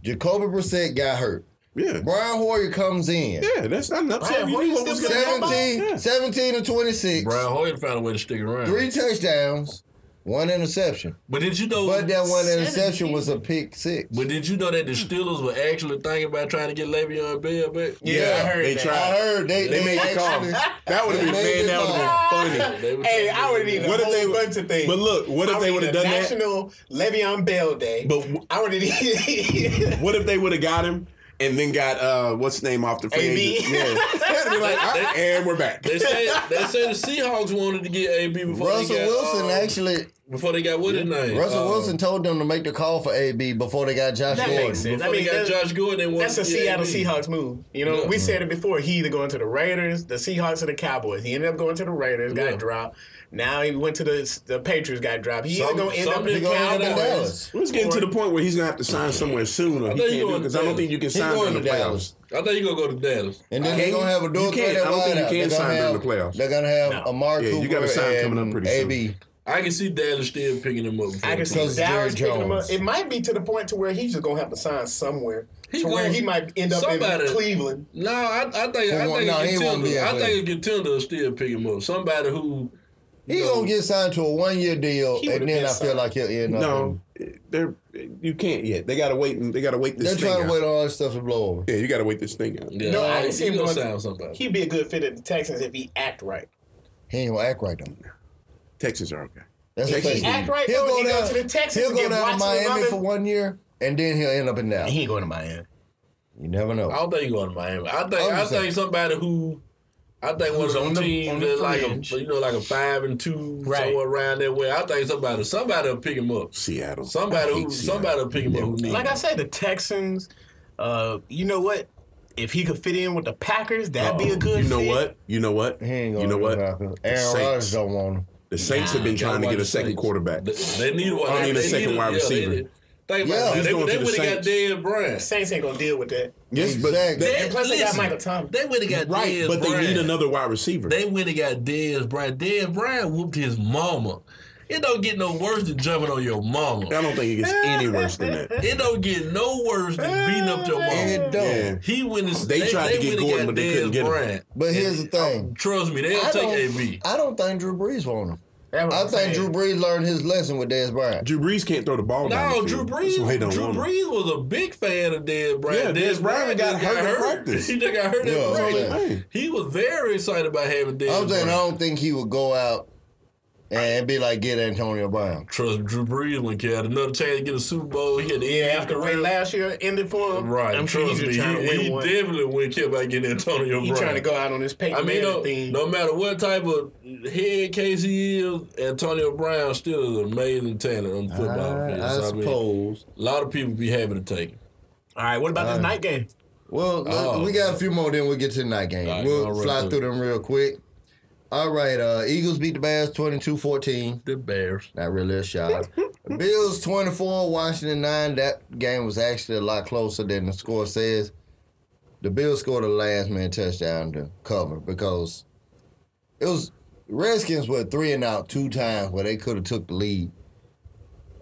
S4: Jacoby Brissett got hurt.
S2: Yeah.
S4: Brian Hoyer comes in.
S2: Yeah, that's not enough.
S5: Brian
S2: You
S5: Hoyer
S2: knew what
S5: still
S2: was
S5: playing
S2: gonna happen.
S5: football?
S4: 17,
S2: Yeah.
S4: 17 to 26.
S3: Brian Hoyer found a way to stick around.
S4: Three touchdowns, one interception.
S3: But did you know?
S4: But that one interception
S5: 17.
S4: was a pick six.
S3: But did you know that the Steelers were actually thinking about trying to get Le'Veon Bell back?
S5: Yeah, I heard
S2: they
S5: that.
S4: I
S2: tried.
S4: heard they,
S2: They made the call.
S4: actually-
S2: That would have been
S4: They made
S2: man.
S4: the
S2: That would have been funny.
S3: They were
S5: Hey,
S3: trying to
S5: I would have
S3: get
S5: needed
S3: Le'Veon-
S2: What
S5: a
S2: if
S5: whole
S2: they would-
S5: bunch of things.
S2: but look, what if
S5: I
S2: they
S5: would
S2: would've
S5: need a
S2: done that?
S5: National Le'Veon Bell Day.
S2: But w-
S5: I would have
S2: (laughs)
S5: needed.
S2: What if they would have got him and then got uh what's his name off the free
S5: AB.
S2: agent? Yeah. They'd be like, "Ah, and we're back.
S3: They say they say the Seahawks wanted to get AB before
S4: Russell
S3: they got,
S4: Wilson
S3: um,
S4: actually.
S3: before they got what his name.
S4: Russell
S2: um,
S3: Uh,
S4: Wilson told them to make the call for AB before they got Josh
S5: That
S4: Gordon.
S5: makes sense.
S3: Before
S5: I mean,
S3: they got
S5: that-
S3: Josh Gordon, they wanted
S5: That's a
S3: to get
S5: Seattle
S3: AB.
S5: Seahawks move. You know,
S3: Yeah.
S5: we said it before. He either going to the Raiders, the Seahawks, or the Cowboys. He ended up going to the Raiders, got
S3: Yeah.
S5: dropped. Now he went to the the Patriots, got dropped. He
S3: Some-
S5: either going to end up
S3: some
S5: with
S3: nigga
S5: the
S3: gonna end up in
S5: Cowboys.
S4: Dallas.
S2: Let's get to the point where he's gonna have to sign somewhere soon, or he
S3: think he
S2: can't do
S3: going
S2: because
S3: to
S2: I don't
S3: Dallas.
S2: think you can
S4: He
S2: sign
S4: going
S2: during
S4: to
S2: the playoffs.
S4: Dallas,
S3: I think he gonna go to Dallas.
S4: and then
S2: Can
S4: they're
S2: you?
S4: gonna have a
S2: You
S4: dual
S2: can't.
S4: threat at
S2: I don't think
S4: wideout.
S2: you can
S4: They're gonna
S2: sign during
S4: have-
S2: the playoffs.
S4: They're gonna have
S5: No.
S4: Amar
S2: Yeah, you
S4: Cooper
S2: gotta sign
S4: and
S2: coming up pretty soon.
S4: AB.
S3: I can see Dallas still picking him up. before
S5: I can
S3: the
S5: see
S4: Because
S5: Dallas
S3: season.
S4: Jerry
S5: picking him up.
S4: Jones.
S5: It might be to the point to where he's just gonna have to sign somewhere.
S3: He
S5: to where
S3: gonna-
S5: he might end up
S3: somebody-
S5: in Cleveland.
S3: No, I, I think
S4: For
S3: I
S4: one-
S3: think
S4: no, he won't be
S3: Contender.
S4: at
S3: I think
S4: Cleveland.
S3: Contender will still pick him up. Somebody who
S4: He gonna get signed to a one year deal,
S5: He
S4: and
S5: would've
S4: then
S5: been
S4: I feel
S5: signed.
S4: like he'll end up.
S2: No, they're you can't yet. They gotta wait. and- They gotta wait this.
S4: they're
S2: thing
S4: trying
S2: out.
S4: to wait all this stuff to blow over.
S2: Yeah, you gotta wait this thing out.
S3: yeah,
S5: No, I
S3: he
S5: can see him
S3: gonna
S5: going.
S3: sign uh, somebody.
S5: He'd be a good fit at the Texans if he act right.
S4: He ain't gonna act right though.
S2: Texans are okay.
S4: That's
S2: If he
S4: the thing.
S5: act right,
S4: he'll
S5: though,
S4: go
S5: he go
S4: down
S5: to the Texans
S4: He'll
S5: and
S4: go
S5: get
S4: down to
S5: Watson and
S4: Miami
S5: Robin-
S4: for one year, and then he'll end up in Dallas.
S5: He ain't going to Miami.
S4: You never
S3: I
S4: know.
S3: don't think he's going to Miami. I think
S4: I'm
S3: I
S4: just
S3: think
S4: saying.
S3: somebody who I think one of
S5: Who's on
S3: them
S5: the-
S3: teams
S5: on the
S3: that's like
S5: fringe.
S3: a you know like a five and two
S5: Right.
S3: somewhere around that way. I think somebody somebody will pick him up.
S2: Seattle.
S3: Somebody
S2: I hate
S3: who
S2: Seattle.
S3: somebody will pick him up who needs.
S5: Like
S3: him.
S5: I said, the Texans. Uh, you know what? If he could fit in with the Packers, that'd be a good.
S2: Uh, You know
S5: fit.
S2: what? You know what?
S4: He ain't gonna
S2: You know
S4: do
S2: what?
S4: nothing.
S2: The
S4: Aaron Rodgers
S2: Saints.
S4: don't want him.
S2: The Saints have been
S3: You gotta
S2: trying to
S3: watch
S2: get a
S3: the
S2: second
S3: Saints.
S2: quarterback.
S3: They, they need one.
S2: I need
S3: they
S2: a second
S3: need
S2: wide
S3: yeah,
S2: receiver.
S3: they need- Think
S4: Yeah,
S3: about it.
S4: he's
S3: They,
S2: going to
S3: they
S2: the
S3: would have got
S2: Saints.
S3: Dan Brown.
S5: Saints ain't gonna deal with that.
S2: Yes, but
S4: Exactly.
S2: they-
S5: And plus, they got
S3: Listen.
S5: Michael Thomas.
S3: They would have got
S2: right,
S3: Dez
S2: but they
S3: Bryant.
S2: need another wide receiver.
S3: They went and got Dez Bryant. Dez Bryant whooped his mama. It don't get no worse than jumping on your
S2: I
S3: mama.
S2: don't think it gets any worse than (laughs) that.
S3: It don't get no worse than beating up your
S4: It
S3: mama.
S4: don't.
S2: Yeah.
S3: He went and
S2: They tried to get
S3: went and
S2: Gordon,
S3: got
S2: but they couldn't
S3: Dez
S2: get him.
S3: Bryant.
S4: But here's the thing.
S3: Trust me, oh. they'll
S4: I
S3: take
S4: don't-
S3: AB.
S4: I don't think Drew Brees want him.
S5: That's what
S4: I
S5: I'm
S4: think
S5: saying.
S4: Drew Brees learned his lesson with Dez Bryant.
S2: Drew Brees can't throw the ball. down
S3: No,
S2: the
S3: Drew
S2: field. That's why
S3: Brees.
S2: he don't
S3: Drew
S2: want him.
S3: Brees was a big fan of Dez Bryant.
S2: Yeah, Dez Bryant got
S3: just
S2: hurt at practice.
S3: he just got hurt
S4: Yeah,
S3: at
S4: that's
S2: what I'm
S3: practice.
S2: saying.
S3: He was very excited about having Dez
S4: I'm saying I
S3: Bryant.
S4: don't think he would go out and be like, get Antonio Brown.
S3: Trust Drew Brees when he had another chance to get a Super Bowl. He had the
S5: Yeah, after Ray last year ended for him.
S3: Right.
S5: I'm sure
S3: trust
S5: he's just
S3: me,
S5: trying
S3: he,
S5: to win
S3: he
S5: one.
S3: definitely wouldn't care about getting Antonio
S5: He's
S3: Brown.
S5: trying to go out on his Peyton
S3: I mean, no,
S5: thing.
S3: no matter what type of head case he is, Antonio Brown still is an amazing talent on the football
S4: I,
S3: field.
S4: I
S3: So, I mean,
S4: suppose.
S3: a lot of people be happy to take him.
S5: All right, what about this night game?
S4: Well,
S3: Oh.
S4: look, we got a few more, then we'll get to the night game.
S3: All right,
S4: we'll
S3: y'all run
S4: fly
S3: through
S4: through them real quick. All right, uh, Eagles beat the Bears 22 14.
S3: The Bears.
S4: Not really a shot. Bills 24, Washington 9. That game was actually a lot closer than the score says. The Bills scored a last minute touchdown to cover because it was Redskins were three and out two times where they could have took the lead.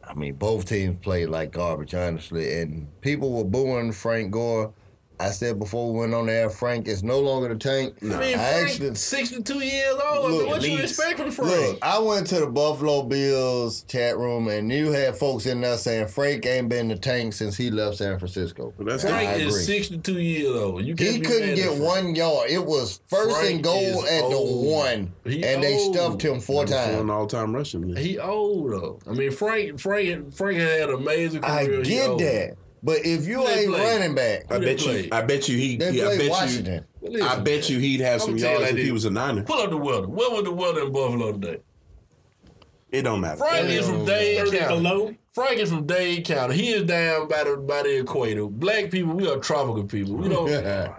S4: I mean, both teams played like garbage, honestly, and people were booing Frank Gore. I said before we went on there, Frank is no longer the tank.
S3: I mean,
S4: I
S3: Frank,
S4: actually
S3: 62 years old. I
S4: Look,
S3: mean, what you
S5: Leeds.
S3: expect from Frank?
S4: Look, I went to the Buffalo Bills chat room, and you had folks in there saying Frank ain't been the tank since he left San Francisco.
S2: Well, that's
S3: Frank
S4: I agree.
S3: is 62 years old. You can't
S4: he
S3: be
S4: couldn't
S3: mad
S4: get
S3: at Frank.
S4: one yard. It was first
S3: Frank
S4: and goal
S3: is
S4: at
S3: old.
S4: the one,
S3: He
S4: and they
S3: old.
S4: stuffed him four
S2: Number four in
S4: times.
S2: all time rushing. list.
S3: He old though. I mean, Frank, Frank, Frank had an amazing
S4: I
S3: career. He
S4: get
S3: old.
S4: that, but if you
S3: They
S4: ain't
S3: play.
S4: running back,
S2: I
S3: Who
S2: bet
S3: they
S2: you.
S3: play?
S2: I bet you. He.
S4: they
S2: he- I
S4: play
S2: bet
S4: Washington.
S2: you.
S3: Listen,
S2: I bet you he'd have some
S3: I'ma tell you
S2: yards if
S3: like
S2: he
S3: this.
S2: was a Niner.
S3: Pull up the weather. What was the weather in Buffalo today?
S2: It don't matter.
S3: Frank is
S4: Oh.
S3: from Dade
S5: Thirty
S3: County.
S5: below.
S3: Frank is from Dade County. He is down by the by the equator. Black people, we are tropical people. We (laughs) don't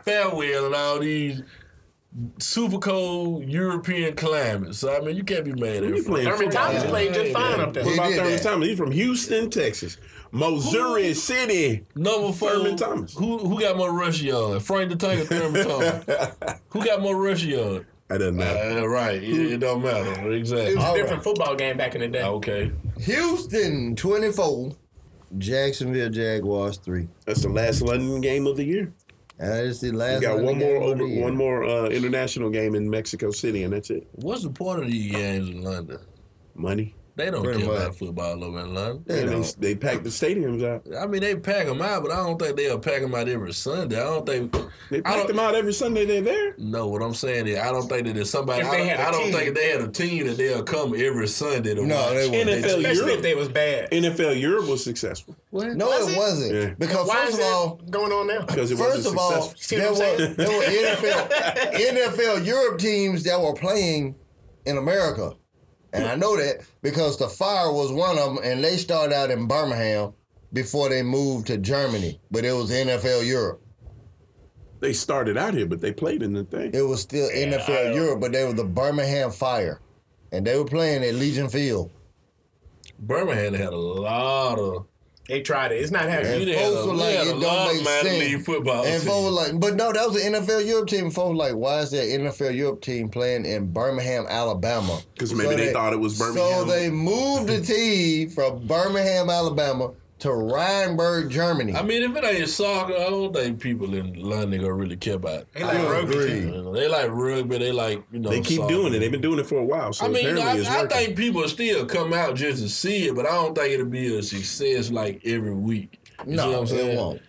S3: farewell and all these super cold European climates. So I mean, you can't be mad at
S2: He
S3: Frank.
S2: playing
S5: Thurman
S2: football.
S5: Thomas played just fine up
S2: What
S5: there.
S2: about
S4: did
S2: Thurman
S4: that.
S2: Thomas? He's from Houston, Texas, Missouri City.
S3: Number four,
S2: Thurman Thomas.
S3: Who who got more rush yards? Frank the Tank or (laughs) Thurman Thomas? who got more rush yards?
S2: That doesn't matter.
S3: Uh, right. It, it don't matter. Exactly.
S5: It was a
S4: All
S5: different football game back in the day.
S3: Okay.
S4: Houston twenty four, Jacksonville Jaguars three.
S2: That's the last London game of the year.
S4: I just see last.
S2: We got
S4: Monday
S2: one
S4: game
S2: more
S4: of the
S2: over,
S4: year.
S2: one more uh, international game in Mexico City, and that's it.
S3: What's the point of these games in London?
S2: Money.
S3: They don't
S4: Pretty
S3: care about
S4: much.
S3: football over in London.
S4: They
S2: and they,
S4: don't.
S2: they packed the stadiums out.
S3: I mean, they pack them out, but I don't think they'll pack them out every Sunday. I don't think.
S2: They
S3: I
S2: pack
S3: don't-
S2: them out every Sunday. They're there.
S3: No, what I'm saying is, I don't think that there's somebody.
S5: If
S3: I
S5: they
S3: don't,
S5: had a
S3: I don't
S5: team.
S3: think if they had a team that they'll come every Sunday to
S4: No,
S3: watch.
S4: they won't.
S2: NFL
S5: Especially
S2: Europe.
S5: if they was bad.
S2: NFL Europe was successful
S3: What?
S4: No,
S5: Was
S4: it
S5: it?
S4: wasn't.
S2: Yeah.
S4: Because
S5: Why
S4: first
S5: is
S4: of all,
S5: that going on now?
S2: because it
S4: First
S2: wasn't
S4: of all,
S2: successful.
S5: See
S4: there
S5: what I'm
S4: were
S5: saying?
S4: there were NFL
S5: (laughs)
S4: NFL Europe teams that were playing in America, and I know that because the Fire was one of them, and they started out in Birmingham before they moved to Germany. But it was NFL Europe.
S2: They started out here, but they played in the thing.
S4: It was still
S5: I
S4: NFL
S5: don't-
S4: Europe, but they were the Birmingham Fire, and they were playing at Legion Field.
S3: Birmingham had a lot of.
S5: They tried it. It's not happening.
S4: And
S3: They had
S4: folks
S3: a-
S4: were
S3: they had
S4: like,
S3: a
S4: it
S3: lot of
S4: don't make
S3: minor league
S4: sense.
S3: football
S4: And
S3: teams.
S4: folks were like, but no, that was an NFL Europe team. Folks were like, why is there NFL Europe team playing in Birmingham, Alabama?
S2: 'Cause maybe they thought it was
S4: So
S2: Birmingham.
S4: they moved the team from Birmingham, Alabama to Rheinberg, Germany.
S3: I mean, if it ain't soccer, I don't think people in London gonna really care about.
S5: They
S3: It.
S5: like
S4: I
S5: rugby.
S4: agree.
S5: team.
S3: You know, They like rugby. They like you know.
S2: They keep
S3: soccer.
S2: doing it. They've been doing it for a while. So
S3: I mean, you know,
S2: apparently it's
S3: I, I
S2: working.
S3: think people still come out just to see it, but I don't think it'll be a success like every week. You see
S4: no,
S3: what I'm saying?
S4: it won't.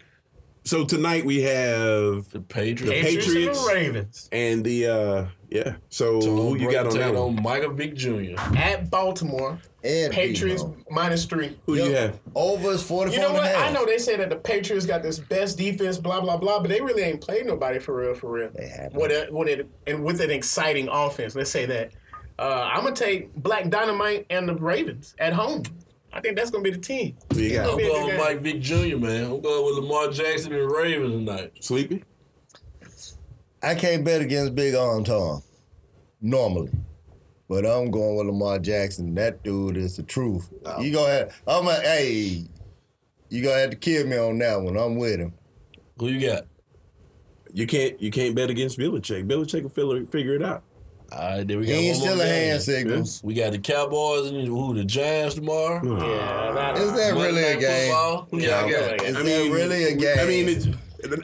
S2: so tonight we have
S3: The Patriots.
S5: Patriots,
S2: Patriots.
S5: and the Ravens
S2: and the uh yeah. So who you
S3: Brady
S2: got on that
S3: taking
S2: one?
S3: Michael Vick Jr.
S5: at Baltimore.
S4: Ed
S5: Patriots
S4: Bino.
S5: minus three.
S2: Who you have?
S4: Over is 44
S5: You know
S4: and a
S5: what?
S4: half.
S5: I know they say that the Patriots got this best defense, blah blah blah, but they really ain't played nobody for real, for real.
S4: They haven't.
S5: What a, what a, and with an exciting offense, let's say that. Uh, I'm gonna take Black Dynamite and the Ravens at home. I think that's gonna be the team.
S2: Who you
S3: I'm
S2: got?
S5: Yeah,
S3: going
S5: yeah.
S3: with Mike Vick Jr. Man, I'm going with Lamar Jackson and the Ravens tonight.
S2: Sleepy?
S4: I can't bet against Big Arm Tom normally, but I'm going with Lamar Jackson. That dude is the truth. You go ahead. I'm a hey. You gonna have to kill me on that one. I'm with him.
S3: Who you got?
S2: You can't you can't bet against Belichick. Belichick will fill- figure it out.
S3: All right, there we
S4: He
S3: go.
S4: ain't still a hand signals.
S3: We got the Cowboys and who? The Giants tomorrow.
S5: Yeah,
S4: Is that
S3: Monday
S4: really a
S3: Night
S4: game?
S3: Football. Who y'all
S5: Yeah,
S3: got?
S4: Is
S2: I
S4: that
S2: mean,
S4: really a game?
S2: I mean it's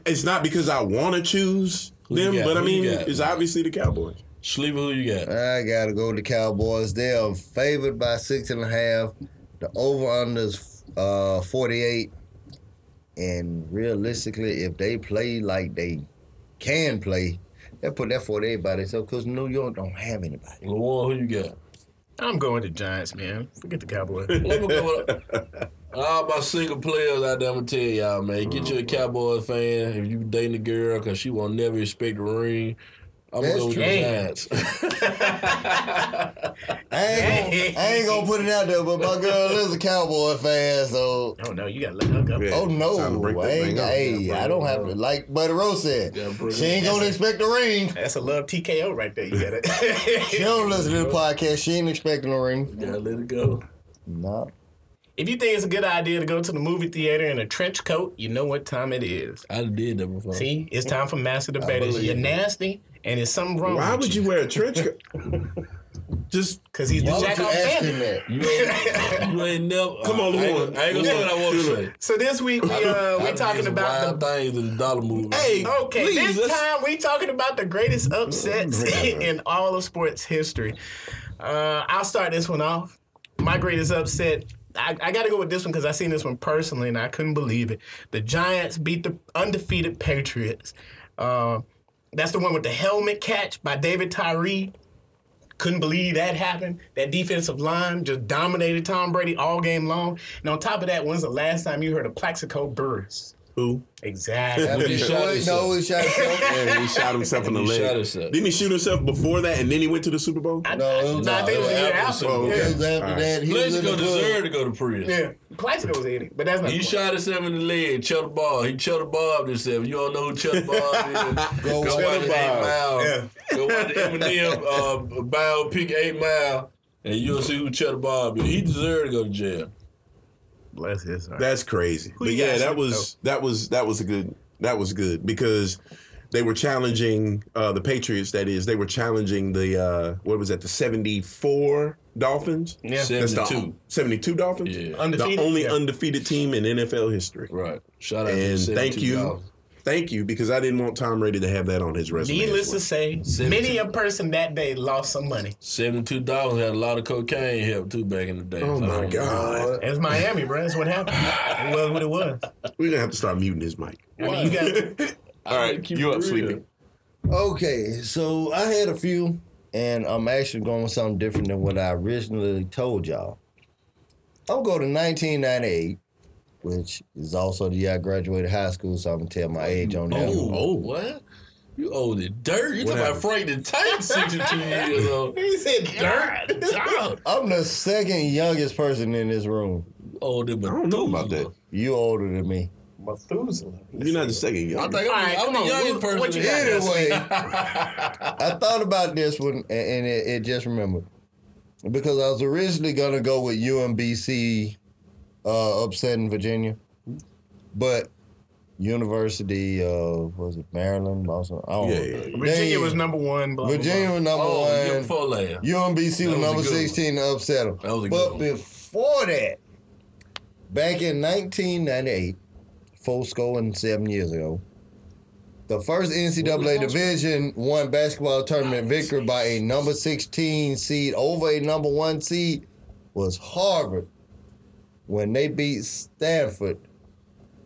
S2: it's not because I want to choose
S3: Who you
S2: them,
S3: got?
S2: but I
S3: Who you
S2: mean
S3: got?
S2: it's obviously the Cowboys.
S3: Sleeper, who you got?
S4: I gotta go to the Cowboys. They are favored by six and a half. The over under is uh, 48. And realistically, if they play like they can play, they put that 48 by themselves because New York don't have anybody.
S3: Lawan, who you got?
S5: I'm going with the Giants, man. Forget the Cowboys.
S3: Let me go with (laughs) all my single players out there. I'm gonna tell y'all, man, get you a Cowboys fan if you dating a girl, cause she won't never expect a ring. I'm gonna
S4: That's
S3: go with the
S5: true.
S3: Giants.
S4: I ain't, gonna, I ain't gonna put it out there, but my girl is a Cowboy fan, so.
S5: oh no, you gotta let her go.
S2: Yeah.
S4: Oh
S2: Time to break
S4: no! I
S2: that
S4: ain't,
S2: thing up.
S4: hey,
S2: Yeah,
S4: I don't
S2: break
S4: have
S2: it
S4: to. Like Buddy Rose said,
S3: Yeah, break
S4: she
S3: it
S4: ain't
S3: up.
S4: gonna expect a ring.
S5: That's a love TKO right there. You got
S4: She
S5: it. (laughs)
S4: don't listen to the podcast. She ain't expecting a ring.
S3: (laughs) Gotta let it go.
S4: No.
S5: if you think it's a good idea to go to the movie theater in a trench coat, you know what time it is.
S3: I done did that before.
S5: See, it's time for master debaters.
S4: believe
S5: You're
S4: you.
S5: nasty, and there's something wrong.
S2: Why
S5: with
S2: would you wear a trench coat? Just
S5: Because he's the
S4: Why would
S5: jack
S4: you
S5: off
S4: ask him
S5: bandit.
S4: that?
S3: You ain't, you ain't never.
S2: Come on,
S3: I ain't,
S2: Lawan.
S3: gonna- I ain't gonna say what I want to say.
S5: (laughs) So this week we uh
S3: I
S5: we
S3: done did
S5: talking
S3: some
S5: about
S3: wild
S5: the
S3: things in the dollar movie.
S2: Hey,
S5: okay
S2: please,
S5: this
S2: let's-
S5: time we talking about the greatest
S2: (laughs)
S5: upsets (laughs) in all of sports history. Uh, I'll start this one off. My greatest upset. I, I got to go with this one because I seen this one personally and I couldn't believe it. The Giants beat the undefeated Patriots. Uh, that's the one with the helmet catch by David Tyree. Couldn't believe that happened. That defensive line just dominated Tom Brady all game long. And on top of that, when's the last time you heard of Plaxico Burris?
S2: who?
S5: Exactly.
S3: He shot
S4: Detroit,
S3: himself.
S4: No, he
S2: (laughs)
S4: shot himself.
S2: And he shot himself in the
S3: He
S2: leg.
S3: shot himself.
S2: Didn't he shoot himself before that and then he went to the Super Bowl?
S4: (laughs) No, it was
S5: No, I think it was a year
S3: after
S5: after.
S3: the
S2: Super
S4: It
S5: Yeah.
S4: was after
S2: All right.
S4: that. He was in
S3: Plaxico
S4: the
S3: deserved
S4: good.
S3: to go to prison.
S5: yeah. Plaxico was in it, but that's not.
S3: He
S5: the point.
S3: shot himself in the leg, Cheddar Bob. He Cheddar Bob himself. You don't know who Cheddar Bob is.
S4: Go
S3: Go
S4: Cheddar
S3: watch Eight
S2: Bob.
S3: Mile.
S5: Yeah.
S3: Go watch the Eminem uh,
S5: (laughs)
S3: biopic Eight Mile, and you'll see who Cheddar Bob is. He deserved to go to jail.
S5: Bless his heart.
S2: That's crazy. but
S5: you
S2: yeah,
S5: got,
S2: that
S5: Snoop
S2: was that was that was a good that was good because they were challenging uh, the Patriots. That is, they were challenging the uh, what was that the seventy four Dolphins.
S5: Yeah.
S2: That's the-
S3: 72.
S2: 72 Dolphins.
S3: Yeah.
S5: Undefeated?
S2: The only
S5: Yeah.
S2: undefeated team in NFL history.
S3: Right. Shout out to
S2: And
S3: the
S2: thank
S3: 72
S2: you,
S3: dollars.
S2: Thank you, because I didn't want Tom Brady to have that on his resume. as
S5: Needless to
S2: well.
S5: say,
S3: Seventeen.
S5: many a person that day lost some money.
S3: Seventy-two dollars had a lot of cocaine help too back in the day.
S2: Oh
S3: So
S2: my
S3: I don't-
S2: God.
S5: It's Miami, bro. That's what happened. It was what it was.
S2: We're going to have to start muting his mic.
S5: I mean, you got
S6: (laughs)
S3: I
S6: All right,
S3: keep
S6: you up,
S3: real.
S6: sleepy?
S4: Okay, so I had a few, and I'm actually going with something different than what I originally told y'all. I'll go to 1998, which is also the year I graduated high school, so I'm gonna tell my age on that.
S3: Oh,
S4: one.
S3: oh, what? You old and dirt. You talking
S2: Whatever.
S3: about Frank the Tank, sixty-two
S2: (laughs)
S3: years old.
S5: (laughs) he said dirt.
S3: God, dog.
S4: I'm the second youngest person in this room.
S3: Older, but
S2: I don't know about that.
S4: You older than me.
S5: Methuselah.
S2: You're not the second.
S3: I
S2: young.
S3: think I'm,
S5: All right,
S3: I'm
S5: come
S3: the
S5: on,
S3: youngest
S5: what-
S3: person.
S5: what you got?
S4: Anyway, I thought about this one, and, and it, it just remembered because I was originally gonna go with UMBC uh, upsetting Virginia, but University of was it Maryland? Boston? I don't
S2: Yeah,
S4: know.
S2: yeah.
S5: Virginia
S4: They-
S5: was number one. Blah, blah,
S4: Virginia
S5: blah.
S4: was number
S3: oh,
S4: one.
S3: young Foley.
S4: UMBC
S3: That was
S4: was
S3: a
S4: number
S3: good one.
S4: 16 to upset them.
S3: That was a
S4: but
S3: good one.
S4: before that, back in 1998, full score and seven years ago, the first NCAA Division One basketball tournament
S3: Ah,
S4: victory by a number 16 seed over a number one seed was Harvard when they beat Stanford.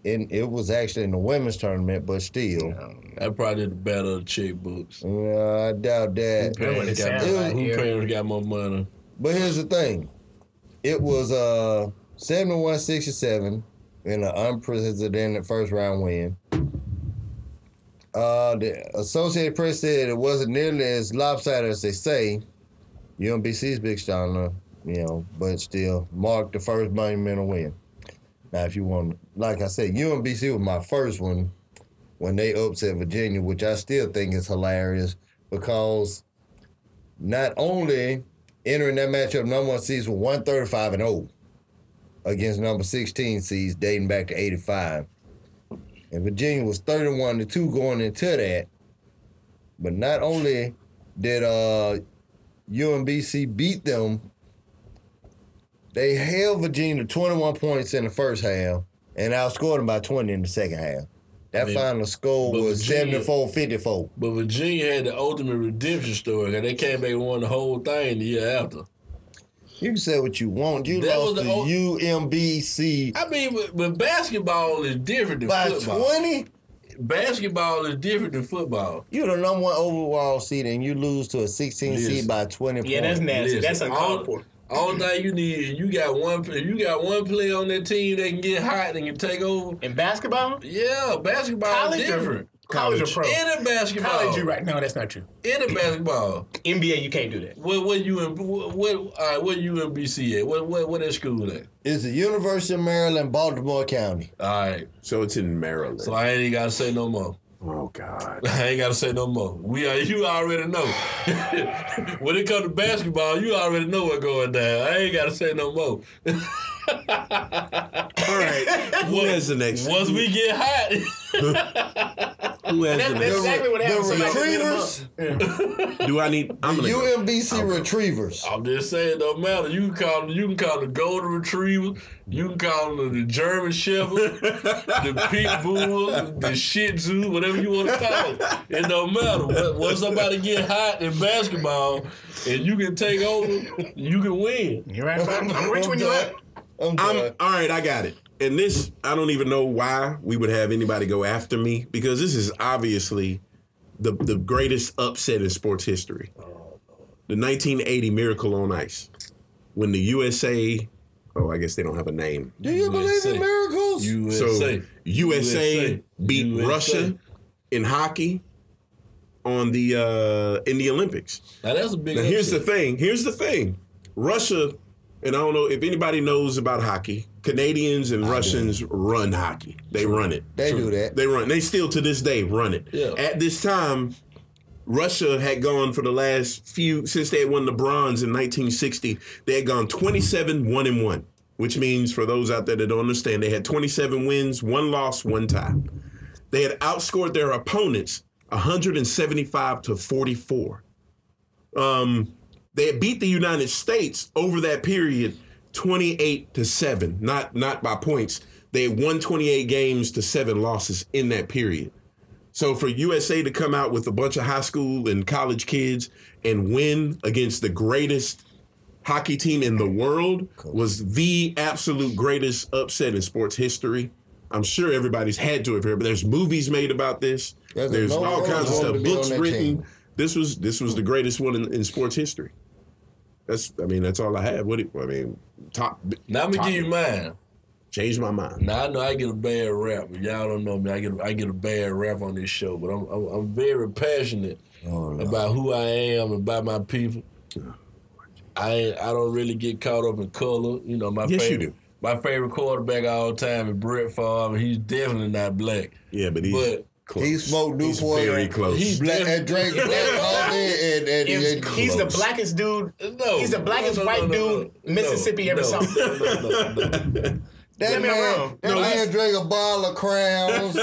S4: And it was actually in the women's tournament, but still,
S3: That probably the battle of the checkbooks.
S4: Uh, I doubt that.
S5: That would've
S3: Parents got
S5: sounded
S3: more-
S5: like
S3: Who
S5: here.
S3: parents got more money?
S4: But here's the thing. It was uh 71-67 in an unprecedented first round win. Uh, the Associated Press said it wasn't nearly as lopsided as they say. UMBC's big star, you know, but still marked the first monumental win. Now, if you want, like I said, UMBC was my first one when they upset Virginia, which I still think is hilarious because not only entering that matchup, number one seeds were 135 and 0 against number 16 seeds dating back to 85. And Virginia was 31 to 2 going into that. But not only did uh, UMBC beat them, they held Virginia to 21 points in the first half and outscored them by 20 in the second half. That
S3: mean,
S4: final score
S3: but
S4: was
S3: Virginia-
S4: 74 54.
S3: But Virginia had the ultimate redemption story, 'cause they came back and won the whole thing the year after.
S4: You can say what you want. You
S3: That
S4: lost
S3: was
S4: to
S3: the o-
S4: UMBC
S3: I mean, but, but basketball is different than
S4: by
S3: football.
S4: 20.
S3: Basketball is different than football.
S4: You're the number one overall seed, and you lose to a 16 seed
S3: Listen.
S4: by 20
S5: Yeah, that's
S4: points.
S5: nasty.
S3: Listen,
S5: That's uncalled
S3: all-
S5: for.
S3: All thing you need, you got one. If you got one player on that team that can get hot and can take over.
S5: In basketball,
S3: Yeah, basketball
S5: college
S3: is
S5: or
S3: different.
S5: college or pro.
S3: In a basketball,
S5: College, you right? No, that's not true.
S3: in a basketball.
S5: NBA, you can't do that.
S3: What what you in what what, all right, what you in BC at? What what what that school at?
S4: It's the University of Maryland, Baltimore County.
S3: All right,
S2: so it's in Maryland.
S3: so I ain't gotta say no more. (laughs)
S2: oh God.
S3: I ain't gotta say no more. We are you already know. (laughs) when it comes to basketball, you already know what's going down. I ain't gotta say no more.
S2: All right. Who has the next?
S3: Once we get hot, (laughs)
S2: Who has the
S5: That's, that's
S2: next?
S5: exactly what
S4: the
S5: happened. Somebody beat 'em
S4: Retrievers?
S5: up.
S2: Do I need? I'm gonna. go.
S4: UMBC Retrievers.
S3: I'm just saying, it don't matter. You can call you can call the golden retriever, you can call them the German shepherd, the pit bull, the shih tzu, whatever you want to call it. It don't matter. When- When somebody get hot in basketball and you can take over, you can win.
S5: You're right. I'm, I'm rich when you
S4: done.
S5: up.
S4: I'm
S2: I'm
S4: done.
S2: all right. I got it. And this, I don't even know why we would have anybody go after me because this is obviously the the greatest upset in sports history. The 1980 Miracle on Ice, when the USA, oh, I guess they don't have a name.
S4: Do you believe in
S3: USA.
S4: miracles?
S2: So
S3: USA.
S2: USA,
S3: USA.
S2: beat
S3: USA.
S2: Russia in hockey on the uh, in the Olympics.
S3: Now that's a big.
S2: Now here's the
S3: upset.
S2: thing. Here's the thing. Russia, and I don't know if anybody knows about hockey. Canadians and Russians run hockey. They run it.
S4: they do that.
S2: They run. They still to this day run it.
S3: Yeah.
S2: At this time, Russia had gone for the last few since they had won the bronze in 1960. They had gone 27 one and one, which means for those out there that don't understand, they had 27 wins, one loss, one tie. They had outscored their opponents 175 to 44 they had beat the United States over that period 28 to 7 not not by points they had won 28 games to 7 losses in that period So for USA to come out with a bunch of high school and college kids and win against the greatest hockey team in the world was the absolute greatest upset in sports history. I'm sure everybody's had to have heard, but there's movies made about this.
S4: There's
S2: There's,
S4: a long
S2: all
S4: road
S2: kinds of
S4: to
S2: stuff,
S4: be on
S2: books
S4: that
S2: written.
S4: team.
S2: This was this was the greatest one in, in sports history. That's I mean that's all I have. What do you- I mean top.
S3: Now I'm gonna
S2: top-
S3: give you mine.
S2: Change my mind.
S3: Now I know I get a bad rap. but Y'all don't know me. I get I get a bad rap on this show, but I'm I'm, I'm very passionate
S4: Oh,
S3: about who I am and about my people. I I don't really get caught up in color. You know my
S2: Yes, you
S3: favorite
S2: do.
S3: my favorite quarterback of all time is Brett Favre. and He's definitely not black,
S2: Yeah, but he's
S3: but
S2: close.
S4: He smoked
S2: He's
S4: Newport.
S2: very close.
S3: He-
S4: Black, and drank black coffee and, and,
S5: He's,
S4: and,
S5: he's the blackest dude.
S3: no,
S5: He's the blackest
S3: no, no, no,
S5: white
S3: no,
S5: dude
S3: no,
S5: Mississippi
S3: (laughs)
S5: ever
S3: no,
S5: saw.
S3: No, no, no, no, no.
S4: That
S5: Get me
S4: man,
S5: around.
S4: that
S5: No,
S4: man drank a bottle of crowns,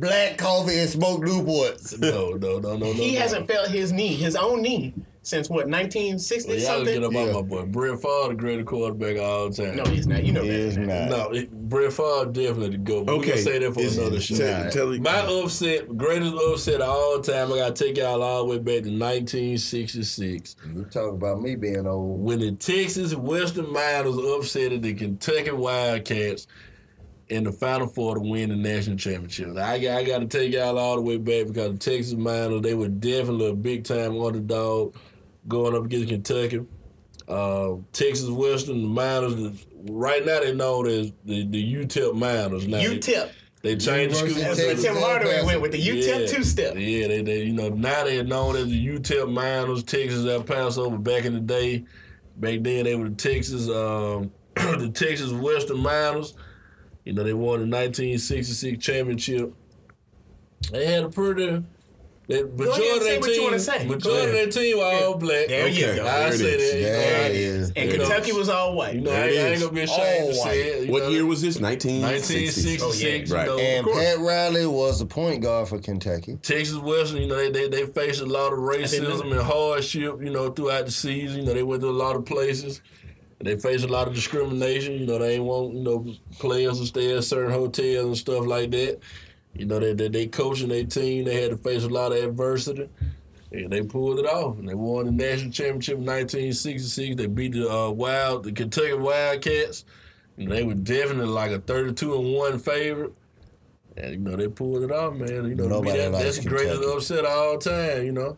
S4: black coffee, and smoked Newports.
S3: No, no, no, no,
S5: (laughs) He
S3: no.
S5: hasn't felt his knee, his own knee, since what 1960
S3: Well, y'all
S5: something.
S3: get up on
S4: Yeah.
S3: my boy. Brett Favre, the greatest quarterback of all time.
S5: No, he's not. You know
S4: He
S5: that.
S4: is not.
S3: No, it, Brett Favre definitely the GOAT. Okay. We
S2: Okay.
S3: gonna say that for
S4: It's-
S3: another
S4: it's-
S3: show.
S2: Tell- tell you-
S3: My upset, greatest upset of all time, I gotta take y'all all the way back to 1966
S4: You talk about me being old.
S3: when the Texas Western Miners upset the Kentucky Wildcats in the Final Four to win the national championship. Now, I, got- I got to take y'all all the way back because the Texas Miners they were definitely a big time underdog going up against Kentucky. Uh, Texas Western Miners right now they known as the, the UTEP Miners. Now
S5: You
S3: they-
S5: tip.
S3: They changed the
S4: E University
S3: school.
S4: of
S5: That's where
S4: Texas.
S5: Tim Hardaway went with the U
S3: Yeah.
S5: tip two step.
S3: Yeah, they, they you know now they're known as the UTEP Miners, Texas El Paso. But back in the day, back then they were the Texas, um, (clears throat) the Texas Western Miners. You know they won the 1966 championship. They had a pretty. They, majority
S5: ahead and
S3: of
S5: say
S3: their
S5: what you
S3: team,
S5: wanna say. Go
S3: majority of their team were all black.
S5: There you go.
S3: I
S2: There it
S3: say
S2: is.
S3: that. you know,
S4: There
S3: I-
S4: it is.
S5: And
S3: You know,
S5: Kentucky was all white.
S3: You know,
S2: There
S3: I,
S2: it
S3: ain't- I ain't
S2: is.
S3: gonna be
S5: Oh,
S3: ashamed to
S4: All
S3: say it. you know.
S2: What year was this? 1966.
S3: 1966.
S2: Oh, yeah.
S3: you know,
S2: Right.
S4: And
S2: Of course.
S4: Pat Riley was the point guard for Kentucky.
S3: Texas Western, you know, they, they they faced a lot of
S5: didn't know
S3: racism
S5: that.
S3: and hardship, you know, throughout the season. You know, they went to a lot of places. And they faced a lot of discrimination. You know, they ain't want, you know, players to stay at certain hotels and stuff like that. You know, they, they, they coaching their team. They had to face a lot of adversity. And they pulled it off. And they won the national championship in 1966. They beat the uh, Wild, the Kentucky Wildcats. And they were definitely like a 32 and 1 favorite. And, you know, they pulled it off, man. You know, to me,
S4: Nobody
S3: that,
S4: likes
S3: that's the greatest
S4: Kentucky.
S3: upset of all time, you know.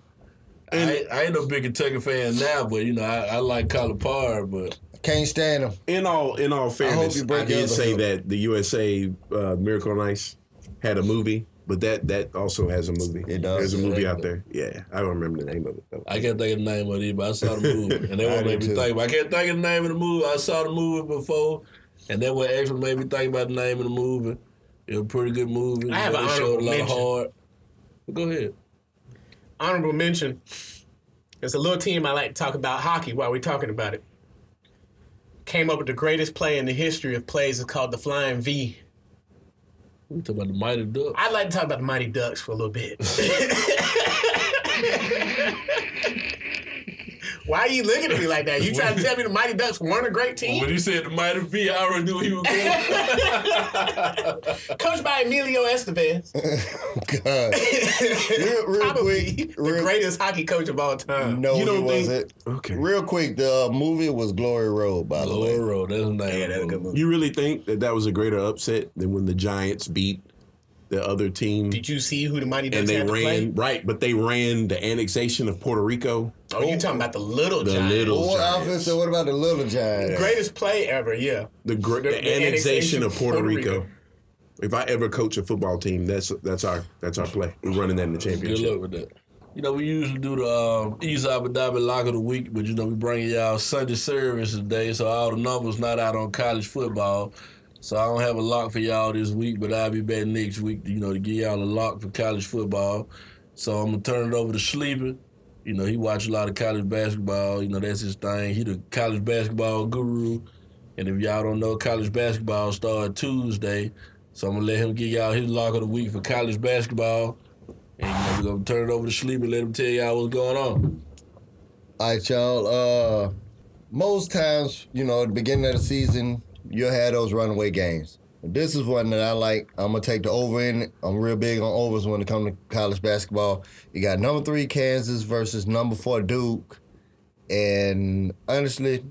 S3: I, ain't- I ain't no big Kentucky fan now, but, you know, I, I like Colin Parr, but.
S4: Can't stand him. (laughs)
S2: in all in all fairness,
S4: you
S2: I,
S4: break the
S2: did
S4: other
S2: say
S4: hoop.
S2: that the USA uh, Miracle on Ice had a movie, but that that also has a movie.
S4: It does.
S2: There's a movie
S3: Yeah.
S2: out there. Yeah, I don't remember the name of it though.
S3: I can't think of the name of it, but I saw the movie, and
S5: (laughs)
S3: that
S4: I
S3: what
S4: do
S3: made me
S4: too.
S3: think. About. I can't think of the name of the movie. I saw the movie before, and that what actually made me think about the name of the movie. It was a pretty good movie.
S5: I have
S3: They
S5: an
S3: showed
S5: honorable mention.
S3: heart. But go ahead.
S5: Honorable mention. There's a little team I like to talk about hockey while we're talking about it. Came up with the greatest play in the history of plays. It's called the Flying V.
S3: We talking about the Mighty Duck.
S5: I'd like to talk about the Mighty Ducks for a little bit. (laughs) Why are you looking at me like that? You trying to tell me the Mighty Ducks weren't a great team?
S3: When you said the Mighty V, I already knew
S5: (laughs)
S3: he was going.
S5: Coached by Emilio Estevez,
S4: God. (laughs) real, real
S5: probably
S4: quick.
S5: the
S4: Real,
S5: greatest hockey coach of all time.
S4: no,
S2: You
S4: he
S2: don't think-
S4: wasn't.
S2: Okay.
S4: Real quick, the uh, movie was Glory Road, by the way.
S3: Loro, that's the name.
S5: Yeah, that's a good movie.
S2: You really think that that was a greater upset than when the Giants beat the other team
S5: Did you see who the Mighty Ducks
S2: and they
S5: had to play?
S2: ran right, but they ran the annexation of Puerto Rico.
S5: Oh, you talking about the little
S2: The
S5: giant.
S2: little-
S4: What
S2: Giants.
S4: offense and what about the Little Giants?
S5: Greatest play ever, yeah.
S2: The, gr- the,
S5: The- the
S2: annexation
S5: annexation
S2: of Puerto,
S5: of Puerto
S2: Rico.
S5: Rico.
S2: If I ever coach a football team, that's that's our that's our play. We're running that in the
S3: Good
S2: championship.
S3: luck with that. You know, we usually do the um, East Abu Dhabi Lock of the Week, but you know, we bring y'all Sunday service today, so all the numbers not out on college football. So I don't have a lock for y'all this week, but I'll be back next week, you know, to give y'all a lock for college football. So I'm gonna turn it over to Sleeper. You know, he watch a lot of college basketball. You know, that's his thing. He the college basketball guru. And if y'all don't know, college basketball started Tuesday. So I'm gonna let him give y'all his lock of the week for college basketball. And you know, we're gonna turn it over to Sleep and let him tell y'all what's going on.
S4: All right, y'all. Uh, most times, you know, at the beginning of the season, you'll have those runaway games. This is one that I like. I'm gonna take the over in it. I'm real big on overs when it comes to college basketball. You got number three Kansas versus number four Duke, and honestly,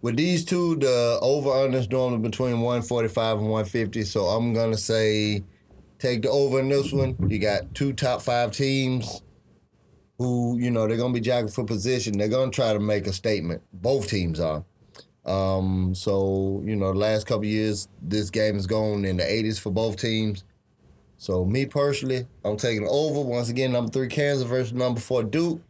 S4: with these two, the over under is normally between 145 and 150. So I'm gonna say take the over in this one. You got two top five teams who you know they're gonna be jogging for position. They're gonna try to make a statement. Both teams are. Um, so you know, the last couple years, this game has gone in the 80s for both teams. So me personally, I'm taking the over once again. Number three Kansas versus number four Duke.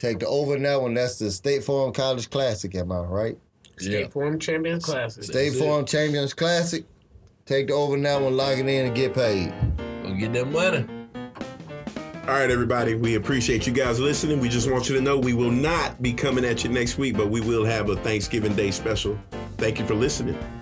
S4: Take the over in that one. That's the State Farm College Classic. Am I right?
S5: State Forum Champions Classic.
S4: State
S3: it.
S4: Farm Champions Classic. Take the over in that one. Log it in and get paid.
S3: Go get that money.
S2: All right, everybody, we appreciate you guys listening. We just want you to know we will not be coming at you next week, but we will have a Thanksgiving Day special. Thank you for listening.